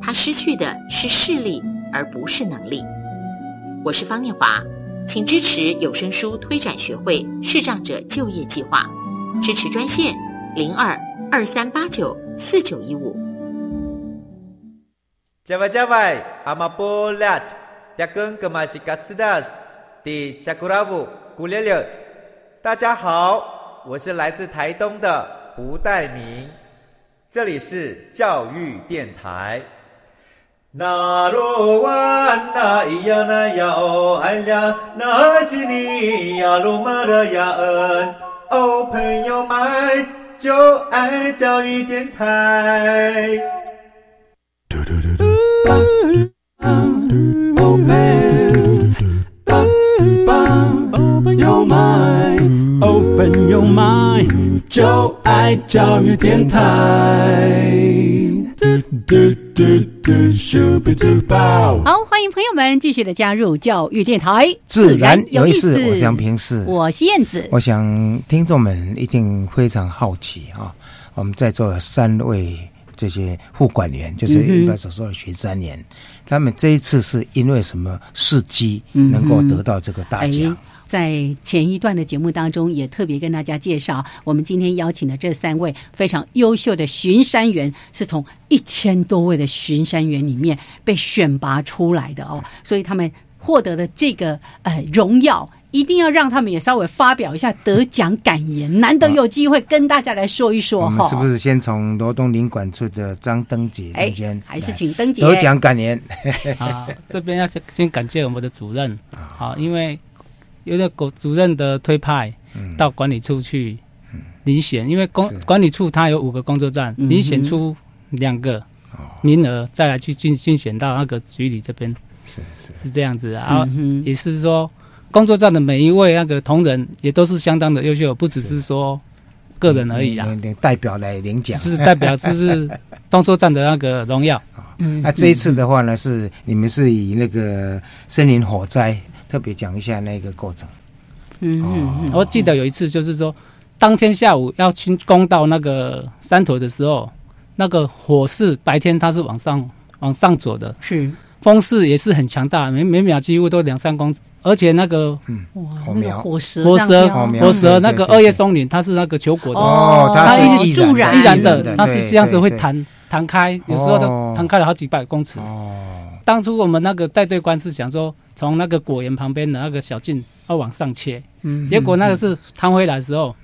Speaker 14: 他失去的是视力，而不是能力。我是方念华，请支持有声书推展学会视障者就业计划，支持专线零二二三八九四九一五。
Speaker 15: Java Java, Amapolat, Yakun Kamashikatsidas, Di Chakuravu Gulele。大家好，我是来自台东的胡代明，这里是教育电台。
Speaker 16: 那罗哇那咿呀那呀哦哎呀，那是你呀鲁玛的呀恩哦，朋友们就爱教育电台。
Speaker 17: Open your mind, open your mind，就爱教育 电台。嘟嘟嘟嘟，super duper。
Speaker 2: 好，欢迎朋友们继续的加入教育电台，
Speaker 3: 自然有意思。我想平视，
Speaker 2: 我是燕子。
Speaker 3: 我想听众们一定非常好奇啊、我们在座的三位这些护管员，就是
Speaker 2: 嗯哼
Speaker 3: 一般所说的巡山员，他们这一次是因为什么事机
Speaker 2: 嗯哼
Speaker 3: 能够得到这个大奖？
Speaker 2: 哎在前一段的节目当中，也特别跟大家介绍，我们今天邀请的这三位非常优秀的巡山员，是从一千多位的巡山员里面被选拔出来的哦，所以他们获得的这个呃荣耀。一定要让他们也稍微发表一下得奖感言，难得有机会跟大家来说一说
Speaker 3: 我
Speaker 2: 哈。
Speaker 3: 嗯们是不是先从罗东领管处的张登杰
Speaker 2: 哎
Speaker 3: 中间，
Speaker 2: 还是请登杰
Speaker 3: 得奖感 言？
Speaker 8: 啊，这边要先先感谢我们的主任啊，因为有了狗主任的推派到管理处去遴选，因为工管理处它有五个工作站，
Speaker 2: 嗯哼
Speaker 8: 遴选出两个名额，再来去进进选到那个局里这边，
Speaker 3: 是是
Speaker 8: 是这样子啊，然后
Speaker 2: 嗯哼
Speaker 8: 也是说工作站的每一位那个同仁也都是相当的优秀，不只是嗯说个人而已啦
Speaker 3: 你，你你代表来领奖，
Speaker 8: 是代表就是动作站的那个荣耀。
Speaker 2: 嗯
Speaker 3: 那、啊这一次的话呢，是你们是以那个森林火灾特别讲一下那个过程。
Speaker 2: 嗯嗯
Speaker 3: 哦
Speaker 2: 嗯，
Speaker 8: 我记得有一次就是说，当天下午要清攻到那个山头的时候，那个火势白天它是往上往上走的，
Speaker 2: 是
Speaker 8: 风势也是很强大，每每秒几乎都两三公尺，而且那个
Speaker 2: 哇，
Speaker 3: 火
Speaker 2: 那个
Speaker 3: 苗
Speaker 2: 火蛇，
Speaker 8: 火蛇
Speaker 2: 哦
Speaker 3: 火苗
Speaker 8: 火蛇
Speaker 3: 对对
Speaker 8: 那个
Speaker 3: 对
Speaker 8: 二叶松林它是那个球果的，
Speaker 3: 哦它
Speaker 8: 是
Speaker 2: 哦
Speaker 3: 易
Speaker 2: 助
Speaker 3: 燃
Speaker 8: 易燃
Speaker 3: 易燃的
Speaker 8: 的，它是
Speaker 3: 对
Speaker 8: 这样子会
Speaker 3: 对对
Speaker 8: 弹弹开，有时候
Speaker 3: 哦
Speaker 8: 都弹开了好几百公尺。
Speaker 3: 哦，
Speaker 8: 当初我们那个带队官是想说，从那个果园旁边的那个小径要往上切，
Speaker 2: 嗯
Speaker 8: 结果那个是弹回来的时候，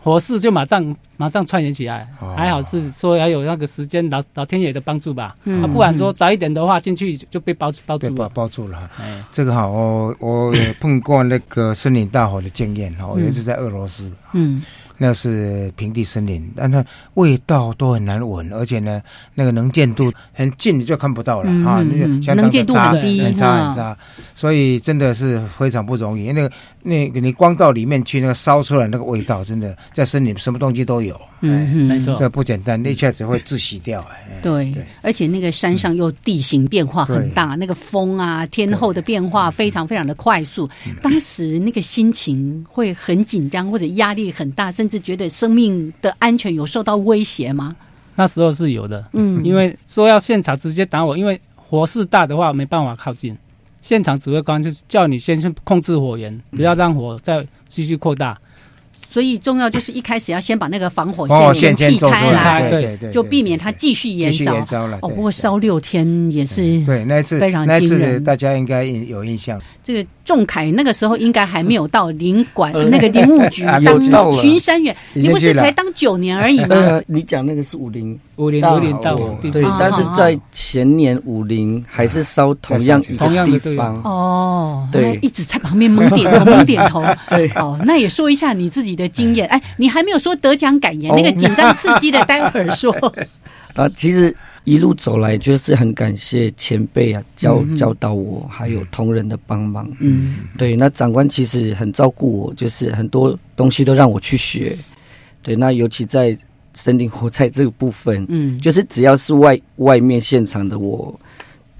Speaker 8: 火势就马上马上串联起来，
Speaker 3: 哦
Speaker 8: 还好是说要有那个时间老老天爷的帮助吧，
Speaker 2: 嗯
Speaker 8: 啊，不然说早一点的话进去就被包包
Speaker 3: 对，
Speaker 8: 住
Speaker 3: 包
Speaker 8: 了。
Speaker 3: 包住了哈。
Speaker 8: 哎，
Speaker 3: 这个哈，我我也碰过那个森林大火的经验哈。我有一次在俄罗斯，
Speaker 2: 嗯
Speaker 3: 那是平地森林，但它味道都很难闻，而且呢，那个能见度很近，你就看不到了
Speaker 2: 嗯
Speaker 3: 哈，
Speaker 2: 嗯
Speaker 3: 那
Speaker 2: 嗯
Speaker 3: 个相当
Speaker 2: 能
Speaker 3: 的
Speaker 2: 见度
Speaker 3: 差，
Speaker 2: 很低
Speaker 3: 很差
Speaker 2: 哈
Speaker 3: 很差，所以真的是非常不容易。那个那个你光到里面去，那个烧出来那个味道，真的在森林什么东西都有，
Speaker 2: 嗯嗯，
Speaker 8: 没错
Speaker 3: 这不简单，一下子会窒息掉。哎
Speaker 2: 对，
Speaker 3: 对
Speaker 2: 而且那个山上又地形变化很大，那个风啊、天候的变化非常非常的快速。当时那个心情会很紧张，或者压力很大，甚至觉得生命的安全有受到威胁吗？
Speaker 8: 那时候是有的，
Speaker 2: 嗯
Speaker 8: 因为说要现场直接打我，因为火势大的话没办法靠近，现场指挥官就叫你先去控制火源，不
Speaker 7: 嗯
Speaker 8: 要让火再继续扩大。
Speaker 2: 所以重要就是一开始要先把那个防火
Speaker 3: 哦
Speaker 8: 防火
Speaker 2: 线
Speaker 8: 线
Speaker 2: 先
Speaker 8: 先
Speaker 2: 劈
Speaker 8: 做出
Speaker 2: 开
Speaker 8: 来
Speaker 2: 来，
Speaker 8: 对对对
Speaker 2: 就避免它继续延
Speaker 3: 继续
Speaker 2: 烧。
Speaker 3: 延烧了
Speaker 2: 哦，
Speaker 3: 对嗯
Speaker 2: 不过烧六天也是
Speaker 3: 对，那一次
Speaker 2: 非常
Speaker 3: 那一
Speaker 2: 惊
Speaker 3: 次
Speaker 2: 人。
Speaker 3: 大家应该有印象。
Speaker 2: 这个仲恺那个时候应该还没有到林管
Speaker 3: 呃
Speaker 2: 那个林务 局
Speaker 7: 还
Speaker 2: 当
Speaker 7: 没有到了
Speaker 2: 巡山员，
Speaker 7: 已
Speaker 2: 你
Speaker 7: 经
Speaker 2: 不是
Speaker 7: 去了
Speaker 2: 才当九年而已吗
Speaker 7: 呃？，你讲那个是五零
Speaker 8: 五零
Speaker 7: 五
Speaker 8: 五零到五零
Speaker 7: 对
Speaker 2: 哦，
Speaker 7: 但是在前年五零还是烧同样一
Speaker 8: 同样
Speaker 7: 个
Speaker 8: 的
Speaker 7: 地
Speaker 8: 对
Speaker 7: 方，啊
Speaker 2: 哦，
Speaker 7: 对
Speaker 2: 那一直在旁边蒙点头，蒙 点头。哦，那也说一下你自己的经验。哎，你还没有说得奖感言，
Speaker 7: 哦
Speaker 2: 那个紧张刺激的，待会儿 说。
Speaker 7: 啊，其实一路走来，就是很感谢前辈啊，教
Speaker 2: 嗯
Speaker 7: 教导我，还有同仁的帮忙。
Speaker 2: 嗯，
Speaker 7: 对，那长官其实很照顾我，就是很多东西都让我去学。对，那尤其在森林火灾这个部分，
Speaker 2: 嗯
Speaker 7: 就是只要是外外面现场的我。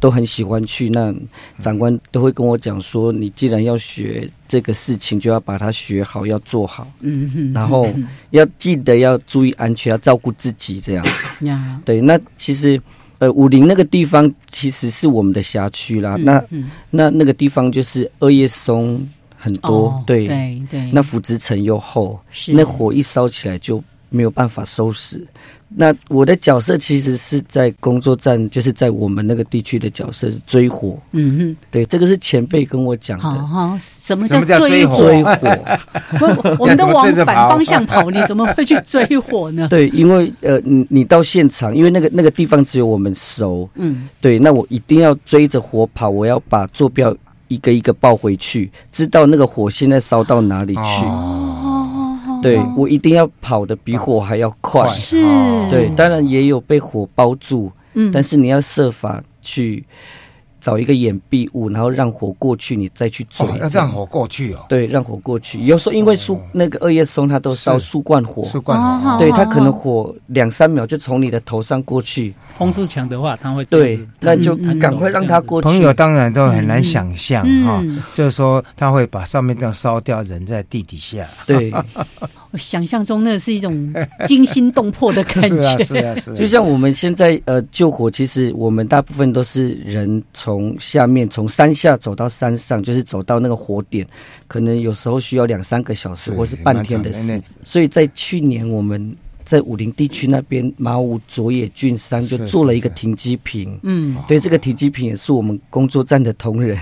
Speaker 7: 都很喜欢去，那长官都会跟我讲说，你既然要学这个事情，就要把它学好，要做好，
Speaker 2: 嗯哼
Speaker 7: 然后要记得要注意安全，要照顾自己，这样。
Speaker 2: 呀，
Speaker 7: 对，那其实呃，武陵那个地方其实是我们的辖区
Speaker 2: 嗯
Speaker 7: 啦。啊那
Speaker 2: 嗯
Speaker 7: 那那个地方就是二叶松很多，
Speaker 2: 哦
Speaker 7: 对
Speaker 2: 对对
Speaker 7: 那腐殖层又厚，
Speaker 2: 是
Speaker 7: 那火一烧起来就没有办法收拾。那我的角色其实是在工作站，就是在我们那个地区的角色是追火。
Speaker 2: 嗯哼。
Speaker 7: 对，这个是前辈跟我讲的。
Speaker 2: 好好，什么
Speaker 7: 什
Speaker 2: 叫
Speaker 7: 么叫
Speaker 2: 追
Speaker 7: 追
Speaker 2: 火？
Speaker 7: 火
Speaker 2: 不， 我们都往反方向跑，你怎么会去追火呢？
Speaker 7: 对，因为呃，你你到现场，因为那个那个地方只有我们熟，
Speaker 2: 嗯，
Speaker 7: 对，那我一定要追着火跑，我要把坐标一个一个报回去，知道那个火现在烧到哪
Speaker 3: 哦
Speaker 7: 里去。
Speaker 2: 哦
Speaker 7: 对，我一定要跑的比火还要快。
Speaker 2: 是
Speaker 3: 哦
Speaker 7: 对，
Speaker 2: 哦
Speaker 7: 当然也有被火包住，
Speaker 2: 嗯
Speaker 7: 但是你要设法去找一个掩蔽物，然后让火过去，你再去追。
Speaker 3: 哦要让火过去哦。
Speaker 7: 对，让火过去。有时候因为树、那个二叶松，它都烧
Speaker 3: 哦是
Speaker 7: 树冠火，
Speaker 3: 树冠火哦
Speaker 7: 对，
Speaker 3: 好
Speaker 7: 它
Speaker 3: 好
Speaker 7: 可能
Speaker 3: 好
Speaker 7: 火两三秒就从你的头上过去。
Speaker 8: 风势强的话，它会这样
Speaker 7: 对
Speaker 8: 子，
Speaker 7: 那就
Speaker 8: 嗯嗯
Speaker 7: 赶快让它过去。
Speaker 3: 朋友当然都很难想象
Speaker 2: 嗯
Speaker 3: 哈
Speaker 2: 嗯，
Speaker 3: 就是说他会把上面这样烧掉，人在地底下。
Speaker 7: 对，
Speaker 2: 我想象中那是一种惊心动魄的 感
Speaker 3: 是啊
Speaker 2: 觉。
Speaker 3: 是啊是啊
Speaker 7: 就像我们现在呃救火，其实我们大部分都是人从下面从山下走到山上，就是走到那个火点，可能有时候需要两三个小时
Speaker 3: 是
Speaker 7: 或是半天的
Speaker 3: 蛮长的
Speaker 7: 事
Speaker 3: 那。
Speaker 7: 所以在去年我们在武陵地区那边马武佐野郡山就是做了一个停机坪，
Speaker 2: 嗯
Speaker 7: 对，这个停机坪也是我们工作站的同仁。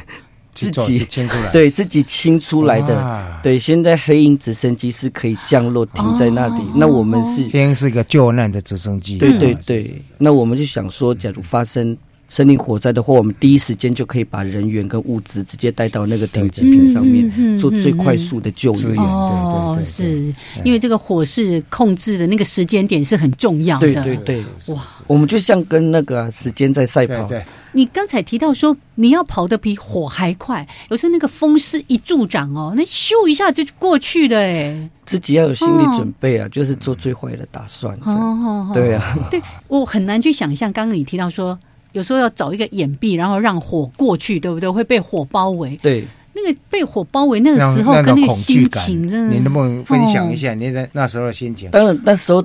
Speaker 3: 去
Speaker 7: 自
Speaker 3: 做
Speaker 7: 己
Speaker 3: 去清出来啊
Speaker 7: 对自己清出来
Speaker 3: 哇
Speaker 2: 啊
Speaker 7: 的，对，现在黑鹰直升机是可以降落停在那
Speaker 2: 哦
Speaker 7: 里，那我们是
Speaker 3: 天是一个救难的直升机，
Speaker 7: 对
Speaker 2: 嗯
Speaker 7: 对对，那我们就想说，假如发生森林火灾的话，我们第一时间就可以把人员跟物资直接带到那个停机坪上面
Speaker 2: 嗯嗯嗯，
Speaker 7: 做最快速的救援。
Speaker 2: 哦，是
Speaker 7: 哎
Speaker 2: 因为这个火势控制的那个时间点是很重要
Speaker 7: 对
Speaker 2: 的。
Speaker 7: 对对，
Speaker 2: 哇！
Speaker 7: 我们就像跟那个啊时间在赛跑，
Speaker 2: 你刚才提到说你要跑得比火还快，有时候那个风势一助长哦，那咻一下就过去了哎。
Speaker 7: 自己要有心理准备啊，就是做最坏的打算。这样
Speaker 2: 嗯哦，
Speaker 7: 对啊，
Speaker 2: 对我很难去想象。刚刚你提到说，有时候要找一个掩蔽，然后让火过去，对不对？会被火包围。
Speaker 7: 对。
Speaker 2: 那个被火包围那个
Speaker 3: 让
Speaker 2: 时候
Speaker 3: 那
Speaker 2: 跟
Speaker 3: 种
Speaker 2: 那个
Speaker 3: 恐惧
Speaker 2: 心
Speaker 3: 感，
Speaker 2: 情，真的哦
Speaker 3: 你能不能分享一
Speaker 2: 下？
Speaker 3: 下你的那时候的心情？嗯
Speaker 7: 当然那时候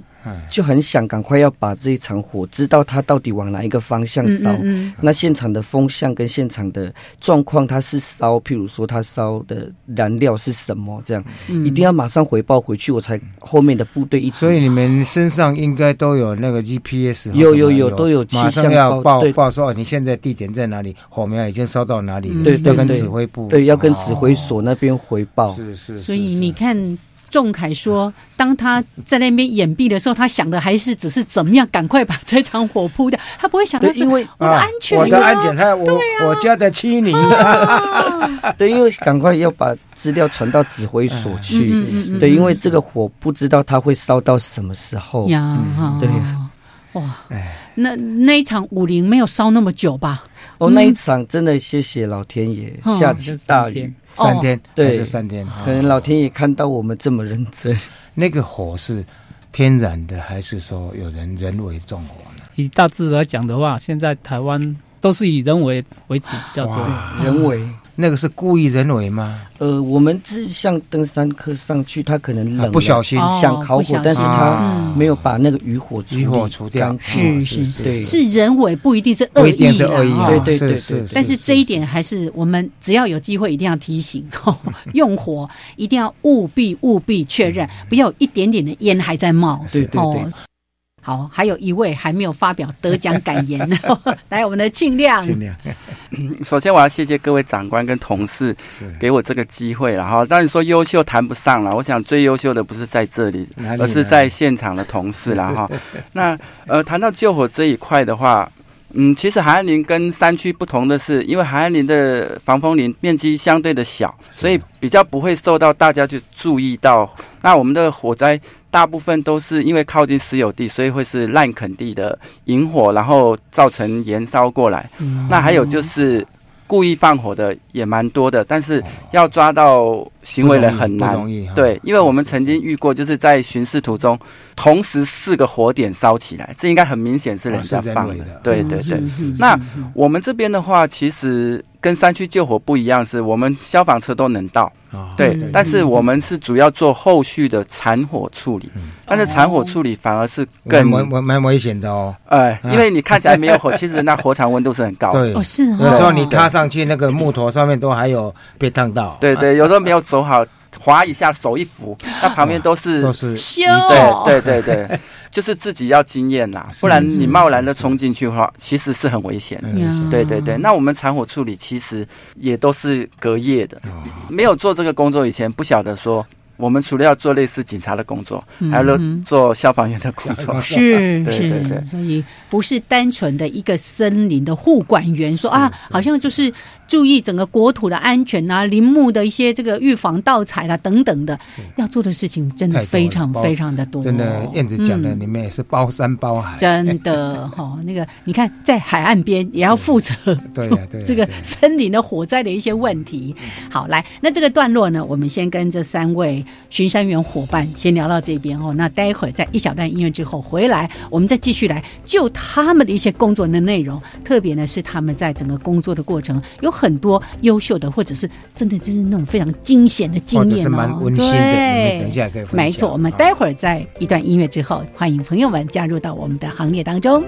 Speaker 7: 就很想赶快要把这一场火，知道它到底往哪一个方向烧。
Speaker 3: 嗯嗯嗯
Speaker 7: 那现场的风向跟现场的状况，它是烧，譬如说它烧的燃料是什么，这样、
Speaker 3: 嗯
Speaker 7: 一定要马上回报回去，我才后面的部队一
Speaker 3: 所以你们身上应该都有那个 GPS，
Speaker 7: 有
Speaker 3: 或什么
Speaker 7: 有有都有
Speaker 3: 马上
Speaker 7: 气象
Speaker 3: 要
Speaker 7: 报
Speaker 3: 报
Speaker 7: 对
Speaker 3: 报说哦你现在地点在哪里，火苗已经烧到哪里了，
Speaker 7: 嗯对对
Speaker 3: 要跟
Speaker 7: 对
Speaker 3: 指挥部
Speaker 7: 对要跟指挥
Speaker 3: 哦
Speaker 7: 所那边回报。
Speaker 3: 是是
Speaker 2: 所以你看。仲恺说：“当他在那边掩蔽的时候，他想的还是只是怎么样赶快把这场火扑掉，他不会想到是
Speaker 7: 对因为
Speaker 2: 我的嗯安全、
Speaker 3: 啊我的安全，。还有我
Speaker 2: 啊
Speaker 3: 我家的啊妻女，
Speaker 2: 哦
Speaker 7: 对，因为赶快要把资料传到指挥所去。
Speaker 2: 嗯嗯嗯
Speaker 7: 对，
Speaker 2: 嗯
Speaker 7: 因为这个火不知道它会烧到什么时候。
Speaker 2: 呀
Speaker 3: 嗯
Speaker 2: 哈
Speaker 7: 对。
Speaker 2: 哇，那那一场五零没有烧那么久吧？
Speaker 7: 哦，那一
Speaker 2: 嗯
Speaker 7: 场真的谢谢老天爷，
Speaker 2: 嗯
Speaker 7: 下起大雨，
Speaker 2: 就三天三天
Speaker 3: 哦还
Speaker 7: 对，
Speaker 3: 是三天
Speaker 7: 可能老天爷看到我们这么认真，
Speaker 3: 那个火是天然的，还是说有人人为纵火呢？
Speaker 8: 以大致来讲的话，现在台湾都是以人为为主比较多，
Speaker 7: 人为
Speaker 3: 那个是故意人为吗？啊
Speaker 7: 呃，我们是像登山客上去，他可能冷了、
Speaker 3: 啊不小心哦
Speaker 7: 想烤
Speaker 3: 不小
Speaker 7: 火
Speaker 3: 心，
Speaker 7: 但是他
Speaker 3: 啊
Speaker 7: 没有把那个余火处理哦
Speaker 3: 余火除掉
Speaker 7: 干
Speaker 3: 是
Speaker 7: 净
Speaker 3: 是是
Speaker 7: 对，
Speaker 2: 是人为不一定是恶
Speaker 3: 不一定
Speaker 2: 意
Speaker 3: 是
Speaker 2: 的
Speaker 3: 恶意啊
Speaker 2: 哈
Speaker 3: 对对对是对是对
Speaker 2: 但是这一点还是我们只要有机会一定要提醒 哦，用火一定要务必务必确认，不要有一点点的烟还在冒。
Speaker 7: 对对对
Speaker 2: 哦好，还有一位还没有发表得奖感言，来我们的庆亮，
Speaker 6: 首先我要谢谢各位长官跟同事给我这个机会啦，然后当然说优秀谈不上了，我想最优秀的不是在这里
Speaker 7: 哪里，呢
Speaker 6: 而是在现场的同事啦 哈。那呃，谈到救火这一块的话，嗯，其实海岸林跟山区不同的是，因为海岸林的防风林面积相对的小，所以比较不会受到大家去注意到。那我们的火灾大部分都是因为靠近石油地，所以会是烂垦地的引火，然后造成燃烧过来。
Speaker 7: 嗯
Speaker 6: 那还有就是。故意放火的也蛮多的，但是要抓到行为人很
Speaker 3: 哦
Speaker 6: 难，
Speaker 3: 不容易不容易哈
Speaker 6: 对，因为我们曾经遇过，就是在巡视途中，同时四个火点烧起来，这应该很明显是人家
Speaker 3: 哦是人
Speaker 6: 放
Speaker 3: 为
Speaker 6: 的
Speaker 3: 的
Speaker 6: 对
Speaker 3: 嗯
Speaker 6: 对
Speaker 3: 是
Speaker 6: 对
Speaker 3: 是是。
Speaker 6: 那我们这边的话，其实跟山区救火不一样，是我们消防车都能到
Speaker 3: 哦，
Speaker 6: 对
Speaker 3: 嗯，
Speaker 6: 但是我们是主要做后续的残火处理，但是残火处理反而是更
Speaker 3: 蛮蛮蛮危险的哦。
Speaker 6: 呃，
Speaker 3: 啊
Speaker 6: 因为你看起来没有火，其实那火场温度是很高的。
Speaker 2: 哦
Speaker 3: 对，有时候你踏上去那个木头上面都还有被烫到。啊
Speaker 6: 对对，有时候没有走好，滑一下手一扶，那旁边都是
Speaker 3: 都是
Speaker 2: 修
Speaker 6: 嗯对对对对，就是自己要经验啦，不然
Speaker 3: 是
Speaker 6: 你
Speaker 3: 是
Speaker 6: 贸然的冲进去的话，其实是很危险的
Speaker 3: 很危险。
Speaker 6: 对对对，那我们残火处理其实也都是隔夜的，没有做这个工作以前不晓得说。我们除了要做类似警察的工作，还要
Speaker 2: 嗯哼
Speaker 6: 做消防员的工作。
Speaker 2: 是
Speaker 6: 对对对
Speaker 2: 是，，所以不是单纯的一个森林的护管员说啊，好像就是注意整个国土的安全啊、林木的一些这个预防盗采啦、等等的，要做的事情真
Speaker 3: 太多
Speaker 2: 的
Speaker 3: 了
Speaker 2: 非常
Speaker 3: 包
Speaker 2: 非常的多。
Speaker 3: 真的，燕子讲的，
Speaker 2: 嗯
Speaker 3: 你们也是包山包海。
Speaker 2: 真 的哈、那个你看，在海岸边也要负责
Speaker 3: 对呀对呀啊嗯
Speaker 2: 这个森林的火灾的一些问题。好，来，那这个段落呢，我们先跟这三位巡山员伙伴先聊到这边哦。那待会儿在一小段音乐之后回来，我们再继续来就他们的一些工作的内容，特别呢是他们在整个工作的过程有很多优秀的，或者是真的就是那种非常惊险的经验、哦，
Speaker 3: 或者是蛮温馨的你
Speaker 2: 对
Speaker 3: 们等一下也可以分享啊
Speaker 2: 没错，我们待会儿在一段音乐之后，欢迎朋友们加入到我们的行列当中。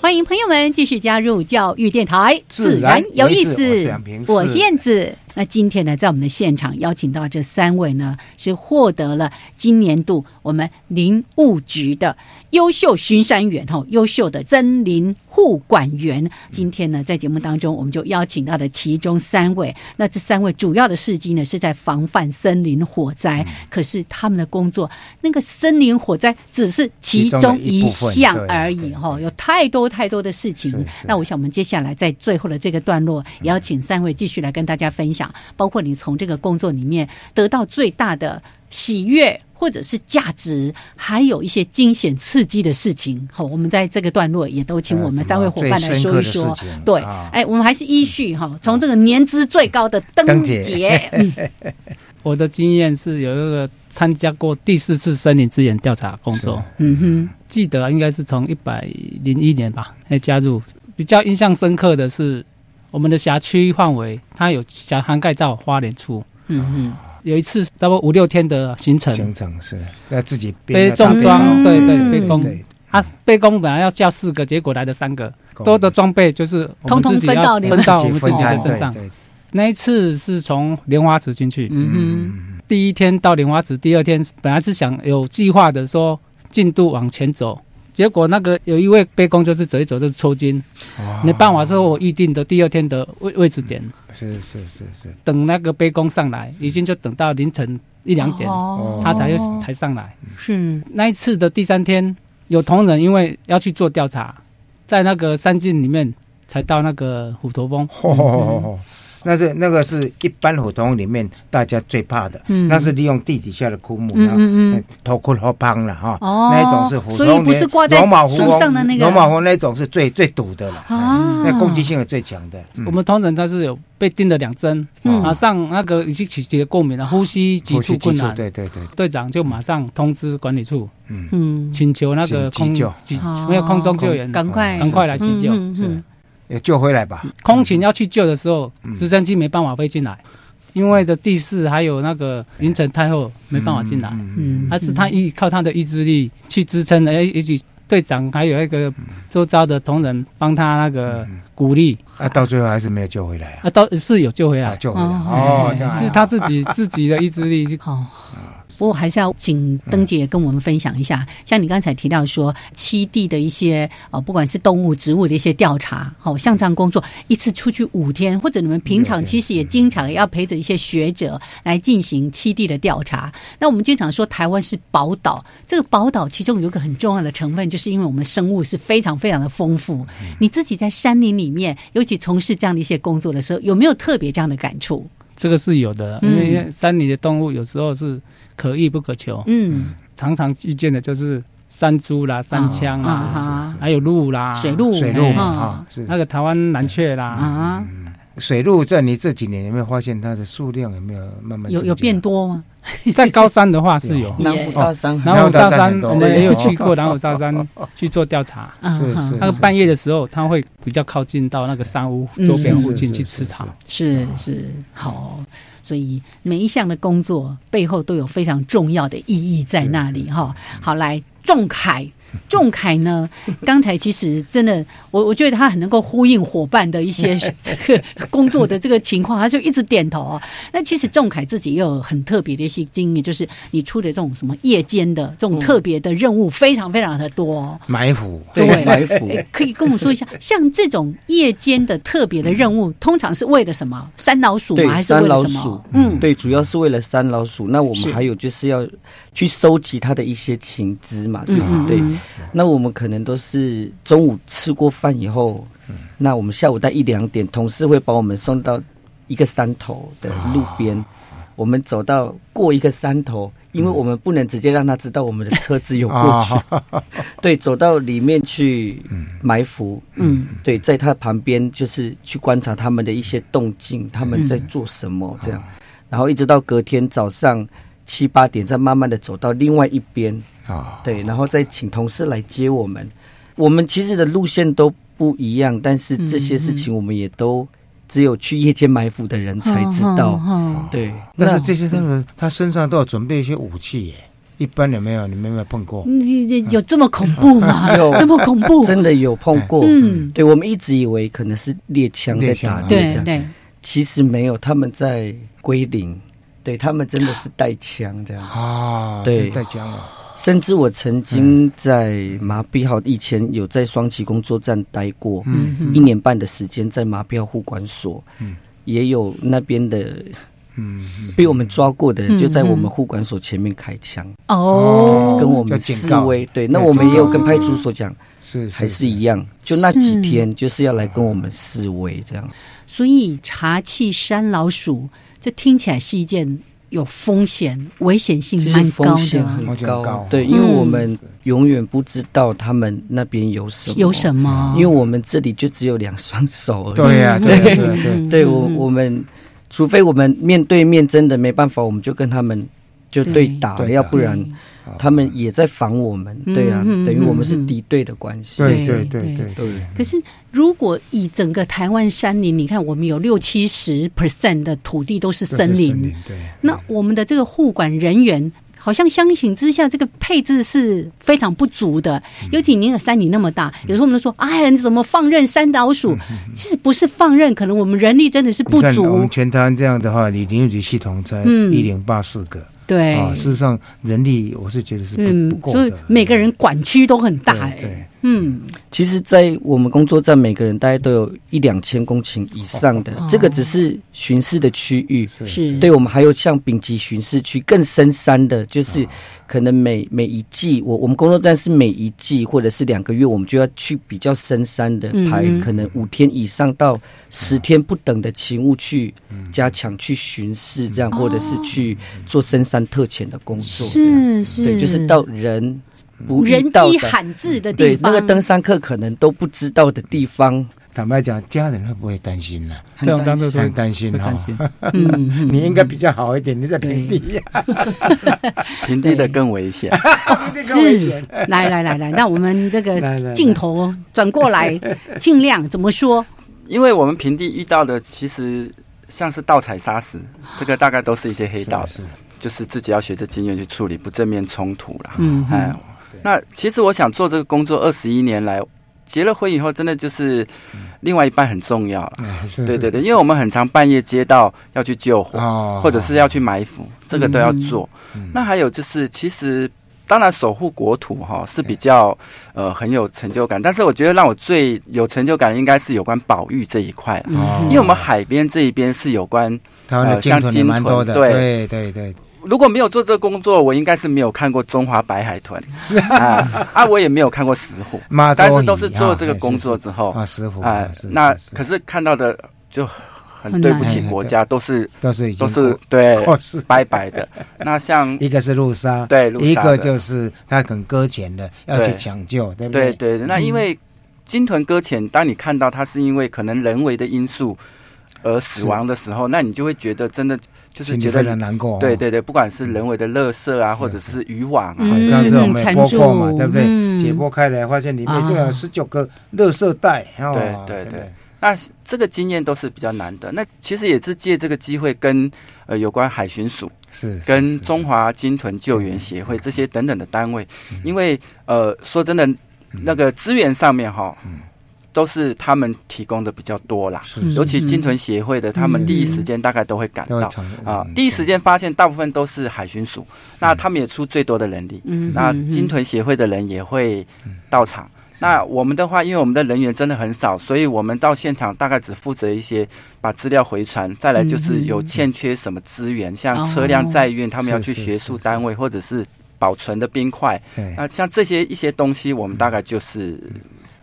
Speaker 2: 欢迎朋友们继续加入教育电台，
Speaker 3: 自然
Speaker 2: 有
Speaker 3: 有
Speaker 2: 意
Speaker 3: 意思我是
Speaker 2: 思
Speaker 3: 杨平。
Speaker 2: 我
Speaker 3: 是
Speaker 2: 是燕子。那今天呢，在我们的现场邀请到这三位呢，是获得了今年度我们林务局的优秀巡山员哦，优秀的森林护管员。今天呢，在节目当中，我们就邀请到了其中三位。那这三位主要的事迹呢，是在防范森林火灾。可是他们的工作，那个森林火灾只是其
Speaker 11: 其中
Speaker 2: 中
Speaker 11: 的一
Speaker 2: 一
Speaker 11: 部分
Speaker 2: 项
Speaker 11: 对
Speaker 2: 而已哈、哦，有太多太多的事情。那我想我们接下来在最后的这个段落，也要请三位继续来跟大家分享，包括你从这个工作里面得到最大的喜悦。或者是价值，还有一些惊险刺激的事情。好，我们在这个段落也都请我们三位伙伴来
Speaker 3: 最深
Speaker 2: 说
Speaker 3: 刻
Speaker 2: 一
Speaker 3: 的事
Speaker 2: 说
Speaker 3: 情。啊
Speaker 2: 对，哎，我们还是依序哈，从这个年资最高的灯节， 嗯
Speaker 8: 我的经验是有一个参加过第四次森林资源调查工作，
Speaker 2: 嗯哼，
Speaker 8: 记得应该是从一百零一年吧，哎加入。比较印象深刻的是，我们的辖区范围它有辖涵盖到花莲处。
Speaker 2: 嗯
Speaker 8: 有一次大概五六天的行程，
Speaker 3: 行程是要自己
Speaker 8: 被
Speaker 3: 编个大
Speaker 8: 重
Speaker 3: 背
Speaker 8: 装，
Speaker 3: 包
Speaker 8: 对对，
Speaker 3: 嗯
Speaker 8: 被
Speaker 3: 对
Speaker 8: 攻
Speaker 3: 对
Speaker 8: 啊，被攻本来要叫四个，结果来了三个，多的装备就是我
Speaker 2: 通
Speaker 8: 们
Speaker 2: 通
Speaker 8: 自己
Speaker 2: 分到
Speaker 8: 要
Speaker 2: 你
Speaker 8: 分
Speaker 2: 们
Speaker 8: 到
Speaker 2: 自
Speaker 8: 我
Speaker 2: 己
Speaker 8: 们自己
Speaker 2: 分
Speaker 8: 的
Speaker 2: 摊
Speaker 8: 身上
Speaker 2: 对对。
Speaker 8: 那一次是从莲花池进去，
Speaker 2: 嗯
Speaker 8: 第一天到莲花池，第二天本来是想有计划的说进度往前走，结果那个有一位背工就是走一走就抽筋，
Speaker 2: 啊
Speaker 3: 哦
Speaker 8: 没办法，说我预定的第二天的位位置点，
Speaker 3: 是是是是，
Speaker 2: 嗯
Speaker 8: 等那个背工上来，已经就等到凌晨一两点，
Speaker 2: 哦
Speaker 8: 他才又才上来。
Speaker 2: 是
Speaker 8: 那一次的第三天，有同仁因为要去做调查，在那个山径里面才到那个虎头峰。
Speaker 3: 哦，那是那个是一般胡同里面大家最怕的，
Speaker 8: 嗯
Speaker 3: 那是利用地底下的枯木，
Speaker 2: 嗯嗯
Speaker 3: 然
Speaker 2: 嗯
Speaker 3: 后哎头枯后帮了哈，
Speaker 2: 哦
Speaker 3: 那一种是胡同
Speaker 2: 所
Speaker 3: 里
Speaker 2: 以
Speaker 3: 面，
Speaker 2: 不是挂在
Speaker 3: 罗马胡
Speaker 2: 树上的那个
Speaker 3: 罗马湖那种是最最毒的了，哎
Speaker 2: 啊
Speaker 3: 那攻击性是最强的。嗯
Speaker 8: 我们同仁他是有被叮了两针，
Speaker 3: 嗯
Speaker 8: 马上那个已经起起过敏了，呼吸急
Speaker 3: 呼吸
Speaker 8: 促困
Speaker 3: 急促
Speaker 8: 难，
Speaker 3: 对对对，
Speaker 8: 队长就马上通知管理处，
Speaker 3: 嗯
Speaker 2: 嗯
Speaker 8: 请求那个
Speaker 3: 急急
Speaker 8: 空
Speaker 3: 救
Speaker 8: 急
Speaker 2: 哦
Speaker 8: 没有空中救援，
Speaker 2: 赶快
Speaker 8: 赶快来急救。
Speaker 2: 嗯嗯嗯
Speaker 3: 也哎救回来吧。
Speaker 8: 空勤要去救的时候，
Speaker 3: 嗯
Speaker 8: 直升机没办法飞进来，因为的地势还有那个云层太厚，没办法进来。啊
Speaker 2: 嗯
Speaker 8: 还是他依靠他的意志力去支撑的，以及队长还有一个
Speaker 3: 嗯
Speaker 8: 周遭的同仁帮他那个鼓励
Speaker 3: 啊，到最后还是没有救回来啊，
Speaker 8: 啊，倒是有救回来，
Speaker 3: 救回来哦这样还好
Speaker 8: 嗯是他自 己自己的意志力。
Speaker 2: 好，哦不过还是要请登姐跟我们分享一下，像你刚才提到说七地的一些呃，不管是动物、植物的一些调查，好、像这样工作，一次出去五天，或者你们平常其实也经常要陪着一些学者来进行七地的调查。那我们经常说台湾是宝岛，这个宝岛其中有一个很重要的成分，就是因为我们生物是非常非常的丰富。你自己在山林里面，尤其从事这样的一些工作的时候，有没有特别这样的感触？
Speaker 8: 这个是有的，因
Speaker 2: 嗯
Speaker 8: 为山里的动物有时候是可遇不可求，
Speaker 2: 嗯，
Speaker 8: 常常遇见的就是山猪啦、山枪
Speaker 3: 哦
Speaker 2: 啊啊
Speaker 8: 啦
Speaker 2: 是是，
Speaker 8: 还有鹿啦、
Speaker 2: 水鹿
Speaker 3: 水鹿嘛
Speaker 8: 哎
Speaker 3: 啊是
Speaker 8: 那个台湾蓝雀啦，
Speaker 2: 啊，
Speaker 3: 水路在你这几年有没有发现它的数量有没有慢慢
Speaker 2: 有
Speaker 3: 增
Speaker 2: 有
Speaker 3: 加
Speaker 2: 变多吗？
Speaker 8: 在高山的话 是有
Speaker 2: 南湖大
Speaker 7: 山
Speaker 8: 南湖大
Speaker 3: 哦南湖大山很
Speaker 8: 山
Speaker 3: 多
Speaker 8: 我们也有去过南湖大山去做调查，
Speaker 2: 嗯
Speaker 3: 是 是
Speaker 8: 那个
Speaker 3: 是
Speaker 8: 半夜的时候，它会比较靠近到那个山屋
Speaker 2: 嗯
Speaker 8: 周边附
Speaker 2: 是
Speaker 8: 近
Speaker 2: 是
Speaker 8: 去吃草。
Speaker 2: 是
Speaker 3: 嗯
Speaker 2: 是好，所以每一项的工作背后都有非常重要的意义在那里哈。好，来 仲恺，仲恺呢，刚才其实真的，我我觉得他很能够呼应伙伴的 一些这个工作的这个情况，他就一直点头啊。那其实仲恺自己也有很特别的一些经验，就是你出的这种什么夜间的这
Speaker 3: 嗯
Speaker 2: 种特别的任务，非常非常的多哦、
Speaker 3: 埋伏，
Speaker 2: 对，哎可以跟我说一下，像这种夜间的特别的任务，通常是为了什么？山老鼠吗？还
Speaker 7: 嗯对，
Speaker 2: 是
Speaker 7: 山
Speaker 2: 为了
Speaker 7: 老
Speaker 2: 什
Speaker 7: 鼠
Speaker 2: 么？，嗯，
Speaker 7: 对，主要是为了山老鼠。那我
Speaker 2: 是
Speaker 7: 们还有就是要去收集它的一些情资嘛，就
Speaker 2: 嗯
Speaker 7: 是
Speaker 2: 嗯
Speaker 7: 对
Speaker 2: 嗯。
Speaker 7: 那我们可能都是中午吃过饭以后，那我们下午在一两点，同事会把我们送到一个山头的路边，我们走到过一个山头，因为我们不能直接让他知道我们的车子有过去，对，走到里面去埋伏，
Speaker 2: 嗯，
Speaker 7: 对，在他旁边就是去观察他们的一些动静，他们在做什么这样，然后一直到隔天早上七八点，再慢慢的走到另外一边，
Speaker 3: 啊，
Speaker 7: 对，然后再请同事来接我们。我们其实的路线都不一样，但是这些事情我们也都只有去夜间埋伏的人嗯才知
Speaker 2: 嗯
Speaker 7: 道。对，
Speaker 3: 但是这些他们他身上都有准备一些武器耶，一般有没有？你们有没有碰过？
Speaker 2: 嗯你你有这么恐 怖吗？这么恐怖？
Speaker 7: 真的有碰过。
Speaker 2: 嗯
Speaker 7: 对我们一直以为可能是猎枪在
Speaker 3: 啊
Speaker 7: 打猎这
Speaker 2: 对
Speaker 7: 样，
Speaker 2: 对，
Speaker 7: 其实没有，他们在归零。对他们真的是带枪这样
Speaker 3: 啊
Speaker 7: 对，
Speaker 3: 带枪了。
Speaker 7: 甚至我曾
Speaker 3: 嗯
Speaker 7: 经在麻痹号以前有在双旗工作站待过，
Speaker 3: 嗯哼
Speaker 7: 一年半的时间在麻痹号护管所，
Speaker 3: 嗯
Speaker 7: 也有那边的
Speaker 3: 嗯，嗯
Speaker 7: 被我们抓过的
Speaker 3: 嗯
Speaker 7: 人就在我们护管所前面开枪。
Speaker 2: 哦
Speaker 7: 跟我
Speaker 3: 要
Speaker 7: 们
Speaker 3: 警
Speaker 7: 示
Speaker 3: 告
Speaker 7: 威，对，
Speaker 3: 要
Speaker 7: 那我们
Speaker 3: 警
Speaker 7: 也有
Speaker 3: 告
Speaker 7: 跟派出所讲，
Speaker 3: 是
Speaker 7: 还是一样，就那
Speaker 2: 是
Speaker 7: 几天就是要来跟我们示威这样。
Speaker 2: 所以查气山老鼠，这听起来是一件有风险、危险性
Speaker 7: 就是
Speaker 2: 蛮高
Speaker 7: 风险
Speaker 2: 的。
Speaker 7: 很
Speaker 3: 风险高
Speaker 7: 对，
Speaker 3: 嗯
Speaker 7: 因为我们永远不知道他们那边有什么，
Speaker 2: 有什么
Speaker 7: 因为我们这里就只有两双手而已。
Speaker 3: 对
Speaker 2: 嗯
Speaker 3: 呀对呀对呀对啊呀
Speaker 7: 对，对我我们，除非我们面对面真的没办法，我们就跟他们就对打了，
Speaker 3: 对
Speaker 7: 要不
Speaker 2: 嗯
Speaker 7: 然他们也在防我们。对啊，
Speaker 2: 嗯嗯
Speaker 7: 等于我们是
Speaker 2: 嗯嗯
Speaker 7: 敌对的关系。
Speaker 3: 对对对对
Speaker 7: 对。
Speaker 2: 可是，如果以整个台湾山林，你看我们有六七十 percent 的土地都是
Speaker 3: 这是
Speaker 2: 森林，
Speaker 3: 对，嗯
Speaker 2: 那我们的这个护管人员好像相形之下，这个配置是非常不足的。
Speaker 3: 嗯
Speaker 2: 尤其您的山林那么大，有时候我们都说，哎呀，你怎么放任山老鼠？其实不是放任，可能我们人力真的是不
Speaker 3: 嗯你看我
Speaker 2: 足
Speaker 3: 们。全台湾这样的话，你林务局系统才
Speaker 2: 嗯
Speaker 3: 一零八四个。
Speaker 2: 对
Speaker 3: 啊，事实上人力我是觉得是不
Speaker 2: 嗯
Speaker 3: 不，够
Speaker 2: 所以
Speaker 3: 的。
Speaker 2: 每个人管区都很大哎、嗯，
Speaker 7: 其实，在我们工作站，每个人大概都有一两千公顷以上的，
Speaker 2: 哦
Speaker 7: 这个只是巡视的区域。
Speaker 2: 是
Speaker 7: 对我们还有像丙级巡视区更深山的，
Speaker 2: 哦
Speaker 7: 就是可能每每一季，我我们工作站是每一季或者是两个月，我们就要去比较深山的
Speaker 18: 嗯
Speaker 7: 排，
Speaker 18: 嗯
Speaker 7: 可能五天以上到十天不等的勤务去
Speaker 2: 嗯
Speaker 7: 加强去巡视，这样、或者是去做深山特遣的工作。这样
Speaker 2: 哦是是
Speaker 7: 对，就是到人。不遇
Speaker 2: 嗯人
Speaker 7: 到
Speaker 2: 迹
Speaker 7: 的
Speaker 2: 罕至的地
Speaker 7: 对，那
Speaker 2: 方，
Speaker 7: 个登山客可能都不知道的地方。
Speaker 3: 坦白讲，家人会不会担心呢、
Speaker 7: 这种当作都
Speaker 3: 很担心
Speaker 7: 会
Speaker 3: 哈
Speaker 7: 担心
Speaker 2: 嗯
Speaker 3: 你应该比较好一点，你在平地、
Speaker 6: 平地的更危险。
Speaker 2: 是，来来来来，那我们这
Speaker 6: 来
Speaker 2: 个
Speaker 6: 来来
Speaker 2: 镜头转过来，尽量怎么说？
Speaker 6: 因为我们平地遇到的其实像是盗采砂石，这个大概都是一些黑道的，就是自己要学着经验去处理不正面冲突啦。
Speaker 18: 嗯
Speaker 6: 哎，那其实我想做这个工作二十一年来，结了婚以后，真的就是另外一半很重要了。
Speaker 3: 嗯
Speaker 6: 对对对，因为我们很常半夜接到要去救火，
Speaker 3: 啊哦
Speaker 6: 或者是要去埋伏，这个都要做。
Speaker 3: 嗯
Speaker 6: 那还有就是，其实当然守护国土哈、是比较呃很有成就感，但是我觉得让我最有成就感的应该是有关保育这一块啦，
Speaker 3: 嗯
Speaker 6: 因为我们海边这一边是有关
Speaker 3: 台湾的
Speaker 6: 呃
Speaker 3: 鲸
Speaker 6: 像
Speaker 3: 豚也
Speaker 6: 鲸
Speaker 3: 蛮多
Speaker 6: 豚
Speaker 3: 的，
Speaker 6: 对
Speaker 3: 对对对，
Speaker 6: 如果没有做这个工作，我应该是没有看过中华白海豚，是啊，啊，我也没有看过石虎
Speaker 3: 妈，
Speaker 6: 但
Speaker 3: 多
Speaker 6: 是
Speaker 3: 鱼
Speaker 6: 都是做
Speaker 3: 啊
Speaker 6: 这个
Speaker 3: 哎
Speaker 6: 工
Speaker 3: 是
Speaker 6: 作
Speaker 3: 是
Speaker 6: 之后
Speaker 3: 啊石虎
Speaker 6: 啊
Speaker 3: 啊是，
Speaker 6: 那可是看到的就很
Speaker 3: 很
Speaker 6: 对不
Speaker 3: 难
Speaker 6: 起国家，都是
Speaker 3: 都是已经
Speaker 6: 都是
Speaker 3: 过
Speaker 6: 对
Speaker 3: 过世，
Speaker 6: 拜拜的。那像
Speaker 3: 一个是路杀，
Speaker 6: 对路杀的
Speaker 3: 一个就是他很搁浅的，要
Speaker 6: 对
Speaker 3: 去抢救，对不
Speaker 6: 对
Speaker 3: 对
Speaker 6: 那因为鲸豚搁浅，当你看到它是因为可能人为的因素而死
Speaker 3: 是
Speaker 6: 亡的时候，那你就会觉得真的就是
Speaker 3: 心里
Speaker 6: 觉得
Speaker 3: 非常难过哦
Speaker 6: 对对对，不管是人为的垃圾啊，或者是渔网啊，
Speaker 3: 嗯
Speaker 6: 或者
Speaker 3: 上
Speaker 6: 是
Speaker 3: 次我们也播过嘛，对不对？
Speaker 6: 嗯
Speaker 3: 解剖开来发现里面就
Speaker 6: 啊
Speaker 3: 有十九个垃圾袋，哦
Speaker 6: 对对
Speaker 3: 真
Speaker 6: 对
Speaker 3: 的。
Speaker 6: 那这个经验都是比较难的。那其实也是借这个机会跟呃有关海巡署
Speaker 3: 是是
Speaker 6: 跟中华鲸豚救援协会这些等等的单位，
Speaker 3: 嗯
Speaker 6: 因为呃说真的，那个资源上面哈。都是他们提供的比较多啦，
Speaker 3: 嗯是
Speaker 6: 尤其鲸豚协会的，他们
Speaker 3: 嗯
Speaker 6: 第一时间大概都会赶
Speaker 3: 都
Speaker 6: 到
Speaker 3: 会常
Speaker 6: 啊，第一时间发现大部分都是海巡署，那他们也出最多的人力，
Speaker 3: 嗯
Speaker 6: 那
Speaker 3: 嗯嗯嗯
Speaker 6: 鲸豚协会的人也会到场。那我们的话，因为我们的人员真的很少，所以我们到现场大概只负责一些把资料回传，再来
Speaker 3: 嗯
Speaker 6: 就是
Speaker 3: 嗯
Speaker 6: 有
Speaker 3: 嗯
Speaker 6: 欠缺什么资源，像
Speaker 3: 哦
Speaker 6: 车辆载运，他们要
Speaker 3: 是哦
Speaker 6: 去
Speaker 3: 是嗯
Speaker 6: 学
Speaker 3: 是
Speaker 6: 术单位或者是保存的冰块
Speaker 3: 对，
Speaker 6: 那像这些一些东西，我们大概就是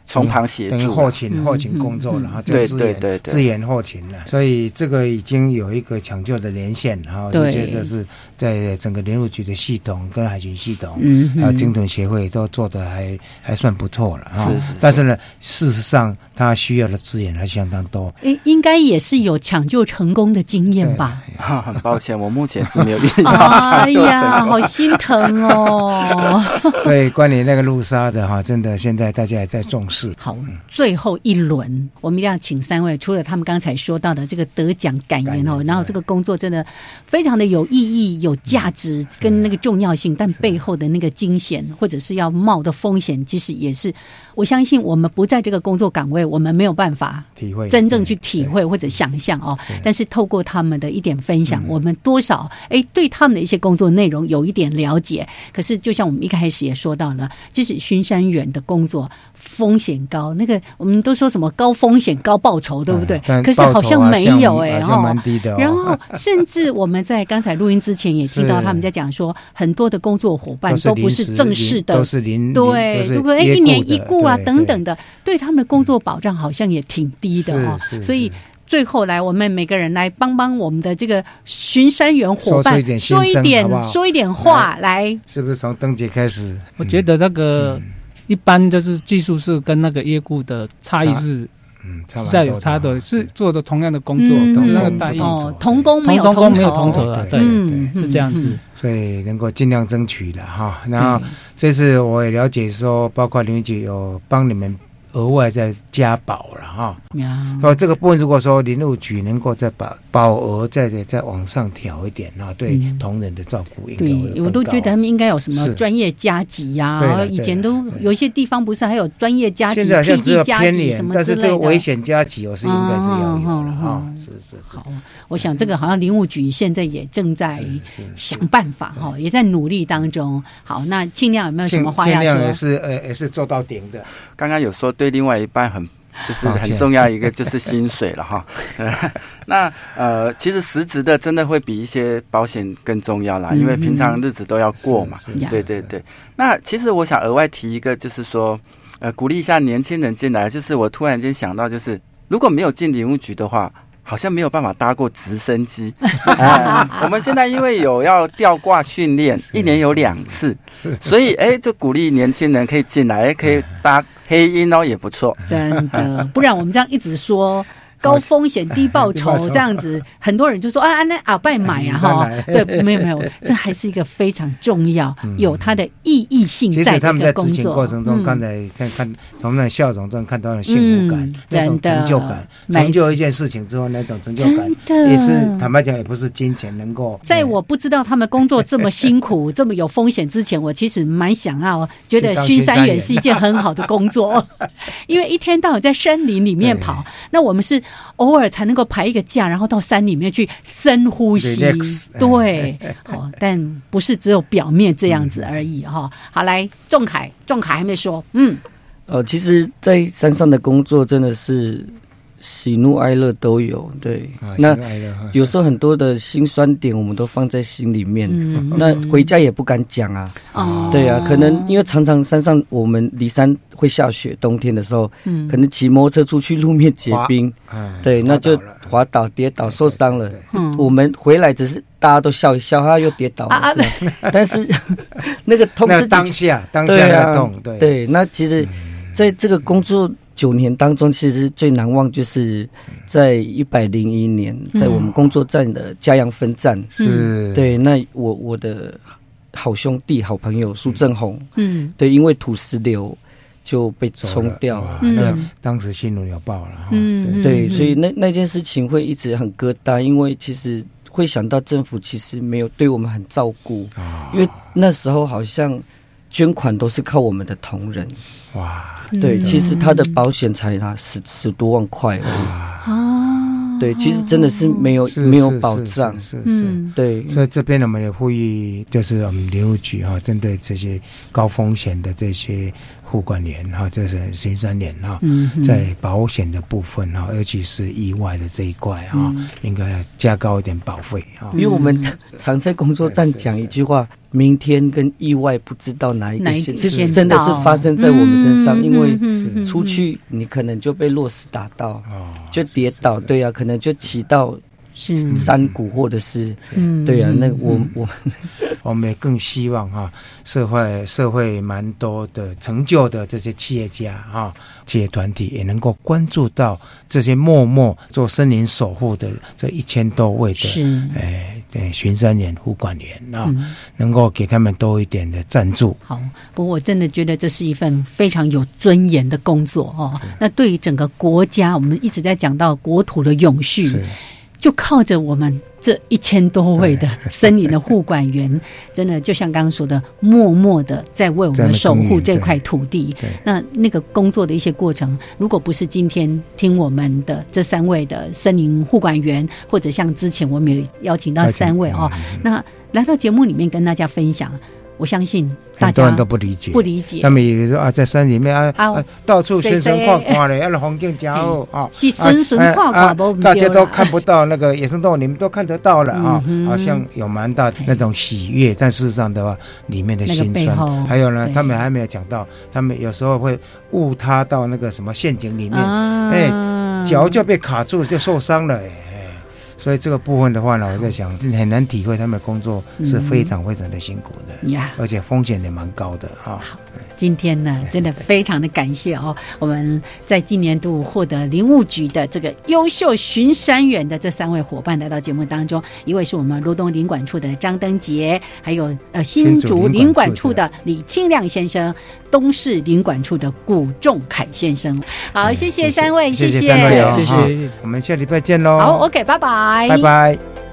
Speaker 6: 从旁协
Speaker 3: 等于
Speaker 6: 助
Speaker 3: 后
Speaker 6: 啦。
Speaker 3: 勤后勤工作了，哈，就
Speaker 6: 对
Speaker 3: 支
Speaker 6: 对
Speaker 3: 援
Speaker 6: 对对
Speaker 3: 支援后勤了，所以这个已经有一个抢救的连线，哈，我
Speaker 2: 对
Speaker 3: 觉得是在整个联络局的系统跟海巡系统，
Speaker 2: 嗯
Speaker 3: 还有
Speaker 2: 嗯
Speaker 3: 鲸豚协会都做的还还算不错了，哈
Speaker 2: 是是是。
Speaker 3: 但是呢，事实上它需要的资源还相当多，
Speaker 2: 应应该也是有抢救成功的经验吧？
Speaker 6: 啊很 抱歉，我目前是没有遇 到
Speaker 3: 哦
Speaker 2: 哎
Speaker 6: 抢救成
Speaker 2: 呀，
Speaker 6: 功
Speaker 2: 好心疼哦！
Speaker 3: 所以关于那个路杀的哈，真的现在大家也在重视。
Speaker 2: 好，最后一轮，我们一定要请三位，除了他们刚才说到的这个得奖感言哦，然后这个工作真的非常的有意义、有价值跟那个重要性，但背后的那个惊险或者是要冒的风险，其实也是我相信我们不在这个工作岗位，我们没有办法
Speaker 3: 体会
Speaker 2: 真正去体会或者想象哦。但是透过他们的一点分
Speaker 3: 嗯
Speaker 2: 享，我们多少哎对他们的一些工作内容有一点了解。可是就像我们一开始也说到了，即使巡山员的工作风险高，那个我们都说什么高风险高报酬，对不对？
Speaker 3: 但
Speaker 2: 可是
Speaker 3: 报酬
Speaker 2: 好像
Speaker 3: 啊
Speaker 2: 没
Speaker 3: 像
Speaker 2: 有哎、
Speaker 3: 好像
Speaker 2: 哦
Speaker 3: 蛮低的哦
Speaker 2: 然后甚至我们在刚才录音之前也提 到，
Speaker 3: 是
Speaker 2: 他们在讲说很多的工作伙伴
Speaker 3: 都是
Speaker 2: 都不
Speaker 3: 临
Speaker 2: 是
Speaker 3: 时
Speaker 2: 正
Speaker 3: 临
Speaker 2: 式的，
Speaker 3: 都是临临
Speaker 2: 对
Speaker 3: 都，是
Speaker 2: 如果哎
Speaker 3: 约
Speaker 2: 一年
Speaker 3: 雇的
Speaker 2: 一雇啊
Speaker 3: 对
Speaker 2: 等等的，对他们的工作保障好像也挺低的哦
Speaker 3: 是，是
Speaker 2: 所以。最后来，我们每个人来帮帮我们的这个巡山员伙
Speaker 3: 说出
Speaker 2: 伴
Speaker 3: 一，点心
Speaker 2: 说一
Speaker 3: 声
Speaker 2: 点
Speaker 3: 好不好
Speaker 2: 说一点话来。
Speaker 3: 是不是从登记开始？嗯
Speaker 8: 我觉得那个一般就是技术是跟那个业务的差异是，
Speaker 3: 嗯，差蛮多的
Speaker 8: 是在有差的，是做的同样的工作，
Speaker 2: 嗯
Speaker 8: 可是那个待遇
Speaker 2: 哦，同工没有
Speaker 8: 同工没有
Speaker 2: 酬
Speaker 8: 同酬啊，对，
Speaker 2: 嗯
Speaker 8: 是这样子。
Speaker 3: 所以能够尽量争取了哈。然后这次我也了解说，包括林局有帮你们额外再加保了哈。
Speaker 2: 呀
Speaker 3: 哦，这个部分如果说林务局能够再把保额再再往上调一点啊，对
Speaker 2: 嗯
Speaker 3: 同仁的照顾应该会
Speaker 2: 对，我
Speaker 3: 更
Speaker 2: 都
Speaker 3: 高
Speaker 2: 觉得他们应该有什么
Speaker 3: 是
Speaker 2: 专业加级呀、
Speaker 3: 对了
Speaker 2: 以
Speaker 3: 对
Speaker 2: 前
Speaker 3: 了
Speaker 2: 都有一些地方不是还有专业加级、
Speaker 3: 现在好像只
Speaker 2: PD
Speaker 3: 有
Speaker 2: 加
Speaker 3: 偏
Speaker 2: 级
Speaker 3: 脸
Speaker 2: 什，么
Speaker 3: 但
Speaker 2: 之
Speaker 3: 是
Speaker 2: 类
Speaker 3: 这个
Speaker 2: 的。
Speaker 3: 危险加级，我是应该是要有
Speaker 2: 嗯
Speaker 3: 的
Speaker 2: 嗯
Speaker 3: 哈
Speaker 2: 嗯。
Speaker 3: 是是是，
Speaker 2: 我想这个好像林务局现在也正在想办法哈，也在努力当中。好，那尽量有没有什
Speaker 3: 嗯尽
Speaker 2: 么话
Speaker 3: 尽
Speaker 2: 要
Speaker 3: 量也
Speaker 2: 说？
Speaker 3: 是呃也是做到顶的。
Speaker 6: 刚刚有说对另外一半很就是
Speaker 3: 抱
Speaker 6: 很
Speaker 3: 歉
Speaker 6: 重要一个就是薪水了 哈。那呃，其实实质的真的会比一些保险更重要啦，
Speaker 7: 嗯
Speaker 6: 因为平常日子都要过嘛
Speaker 7: 是是。
Speaker 6: 对对对。那其实我想额外提一个，就是说呃，鼓励一下年轻人进来。就是我突然间想到，就是如果没有进林务局的话。好像没有办法搭过直升机、 哎我们现在因为有要吊挂训练，一年有两次，所以哎，就鼓励年轻人可以进
Speaker 7: 嗯
Speaker 6: 来，哎可以搭黑鹰哦，也不错。
Speaker 2: 真 的，不然我们这样一直说。高风险低报
Speaker 6: 低报
Speaker 2: 酬
Speaker 6: 酬
Speaker 2: 这样子，很多人就说啊，啊那阿拜买啊哈
Speaker 3: 嗯，再
Speaker 2: 对
Speaker 3: 来，
Speaker 2: 没有没有，这还是一个非常 重要、有它的意义性
Speaker 3: 其
Speaker 2: 嗯在
Speaker 3: 实
Speaker 2: 这
Speaker 3: 他们在
Speaker 2: 个工
Speaker 3: 执勤
Speaker 2: 作
Speaker 3: 过程中，
Speaker 2: 嗯
Speaker 3: 刚才看看从那校长中看到了幸福感
Speaker 2: 嗯、
Speaker 3: 那种
Speaker 2: 真的
Speaker 3: 成就感，
Speaker 2: 没
Speaker 3: 成就一件事情之后那种成就感，
Speaker 2: 真的
Speaker 3: 也是坦白讲，也不是金钱能够
Speaker 2: 在我不知道他们工作这么辛 苦、这么有风险之前，我其实蛮想要觉
Speaker 3: 去
Speaker 2: 得
Speaker 3: 当
Speaker 2: 巡
Speaker 3: 巡
Speaker 2: 山
Speaker 3: 山
Speaker 2: 员
Speaker 3: 员
Speaker 2: 是一件很好的工 作，因为一天到晚在山林里面跑，那我们是偶尔才能够排一个假，然后到山里面去深呼吸
Speaker 3: Relax，，
Speaker 2: 对，
Speaker 7: 哎
Speaker 2: 好，但不是只有表面这样子而已 哈。好，来，仲凯，仲凯还没说，嗯，
Speaker 7: 呃，其实，在山上的工作真的是喜怒哀乐都有，对。
Speaker 3: 啊
Speaker 7: 那
Speaker 3: 喜怒哀乐哈
Speaker 7: 有时候很多的辛酸点，我们都放在心里面。
Speaker 2: 嗯
Speaker 7: 那回家也不敢讲啊。
Speaker 2: 哦
Speaker 7: 对啊，可能因为常常山上我们离山会下雪，冬天的时候，
Speaker 2: 嗯
Speaker 7: 可能骑摩托车出去路面结冰
Speaker 3: 滑哎，
Speaker 7: 对，那就滑倒、跌倒、受伤了。
Speaker 2: 嗯
Speaker 7: 我们回来只是大家都笑一笑，哈，又跌倒了。
Speaker 2: 啊啊
Speaker 7: 这样但是 那个痛
Speaker 3: 那
Speaker 7: 自己
Speaker 3: 当
Speaker 7: 去
Speaker 3: 下当
Speaker 7: 对
Speaker 3: 下那
Speaker 7: 啊
Speaker 3: 痛对
Speaker 7: 对，那其实在这个工作九年当中，其实最难忘就是在一百零一年，
Speaker 3: 嗯
Speaker 7: 在我们工作站的嘉阳分站，
Speaker 3: 是
Speaker 7: 嗯对。那我我的好兄弟、好朋友苏正宏，
Speaker 2: 嗯
Speaker 7: 对，因为土石流就被冲掉
Speaker 3: 哇
Speaker 7: 了，
Speaker 3: 那当时心如有报了哈，这
Speaker 7: 嗯，对，所以那那件事情会一直很疙瘩，因为其实会想到政府其实没有对我们很照顾，
Speaker 3: 啊
Speaker 7: 因为那时候好像捐款都是靠我们的同仁，
Speaker 3: 哇，
Speaker 7: 对，
Speaker 2: 嗯
Speaker 7: 其实他的保险才拿十十多万块而
Speaker 2: 啊
Speaker 7: 已，对，其实真的是没有
Speaker 3: 是
Speaker 7: 没有
Speaker 3: 是
Speaker 7: 保
Speaker 3: 是
Speaker 7: 障，
Speaker 3: 是是是
Speaker 7: 嗯，对，
Speaker 3: 所以这边呢我们也呼吁，就是我们林务局哈、针对这些高风险的这些护管员哈、就是巡山员哈、
Speaker 18: 嗯哼
Speaker 3: 在保险的部分哈、尤其是意外的这一块哈、
Speaker 7: 嗯
Speaker 3: 应该要加高一点保费哈。
Speaker 7: 因为我们
Speaker 3: 是
Speaker 7: 常在工作站讲一句话：明天跟意外不知道哪一
Speaker 2: 哪
Speaker 7: 个
Speaker 2: 一
Speaker 7: 先，
Speaker 2: 个
Speaker 7: 这
Speaker 2: 先
Speaker 7: 真的是
Speaker 2: 到
Speaker 7: 发生在我们身上。
Speaker 2: 嗯嗯嗯
Speaker 7: 因为
Speaker 2: 嗯
Speaker 7: 出去你可能就被落石打到，
Speaker 3: 哦
Speaker 7: 就跌倒，对呀，可能就骑到
Speaker 2: 是
Speaker 7: 山谷或者是
Speaker 2: 嗯，
Speaker 7: 对呀，啊
Speaker 2: 嗯
Speaker 7: 那
Speaker 2: 嗯
Speaker 7: 我
Speaker 2: 嗯
Speaker 7: 我
Speaker 3: 我们也更希望哈、社会社会蛮多的成就的这些企业家哈、企业团体也能够关注到这些默默做森林守护的这一千多位
Speaker 2: 是
Speaker 3: 的哎哎巡山员、护管员啊、
Speaker 2: 嗯
Speaker 3: 能够给他们多一点的赞助。
Speaker 2: 好，不过我真的觉得这是一份非常有尊严的工作哦。那对于整个国家，我们一直在讲到国土的永续，就靠着我们这一千多位的 森林的护管员，真的就像刚刚说的，默默的在为我
Speaker 3: 在那耕
Speaker 2: 们守护
Speaker 3: 耘
Speaker 2: 这
Speaker 3: 对
Speaker 2: 块土地
Speaker 3: 对。
Speaker 2: 那那个工作的一些过程，如果不是今天听我们的这三位的森林护管员，或者像之前我们也邀请到
Speaker 3: 邀请
Speaker 2: 三位哦，那来到节目里面跟大家分享。我相信大
Speaker 3: 很多
Speaker 2: 家
Speaker 3: 人都不理解，
Speaker 2: 不理解
Speaker 3: 他们也说啊，在山里面啊
Speaker 2: 啊
Speaker 3: 啊，到处
Speaker 2: 谁
Speaker 3: 宣传
Speaker 2: 谁嗯
Speaker 3: 画画嘞，啊，那环境真好啊，
Speaker 2: 是孙孙
Speaker 3: 啊
Speaker 2: 画
Speaker 3: 啊
Speaker 2: 画不
Speaker 3: 大家
Speaker 2: 对啦
Speaker 3: 都看不到那个野 生动物，你们都看得到了啊
Speaker 2: 嗯，哼
Speaker 3: 好像有蛮大那种喜悦，但事实上的话，里面的
Speaker 2: 那个
Speaker 3: 辛
Speaker 2: 背后
Speaker 3: 酸，还有呢，
Speaker 2: 对
Speaker 3: 他们还没有讲到，他们有时候会误踏到那个什么陷阱里面，
Speaker 2: 啊
Speaker 3: 哎，脚就被卡住了，就受伤了，哎。哎所以这个部分的话呢，我在想很难
Speaker 2: 嗯
Speaker 3: 体会他们的工作是非常非常的辛苦的，
Speaker 2: 呀
Speaker 3: 而且风险也蛮高的啊。
Speaker 2: 今天呢，真的非常的感谢哦，我们在今年度获得林务局的这个优秀巡山员的这三位伙伴来到节目当中，一位是我们罗东林管处的张登杰，还有呃新
Speaker 18: 新竹
Speaker 2: 竹林
Speaker 18: 林管
Speaker 2: 管处
Speaker 18: 处
Speaker 2: 的李清亮先生，东市林管处的古仲凯先生。好，谢谢三位，
Speaker 5: 谢
Speaker 2: 谢
Speaker 5: 三位哦，
Speaker 2: 谢
Speaker 5: 哈，我们下礼拜见喽，
Speaker 2: 好，OK，拜拜，
Speaker 5: 拜拜。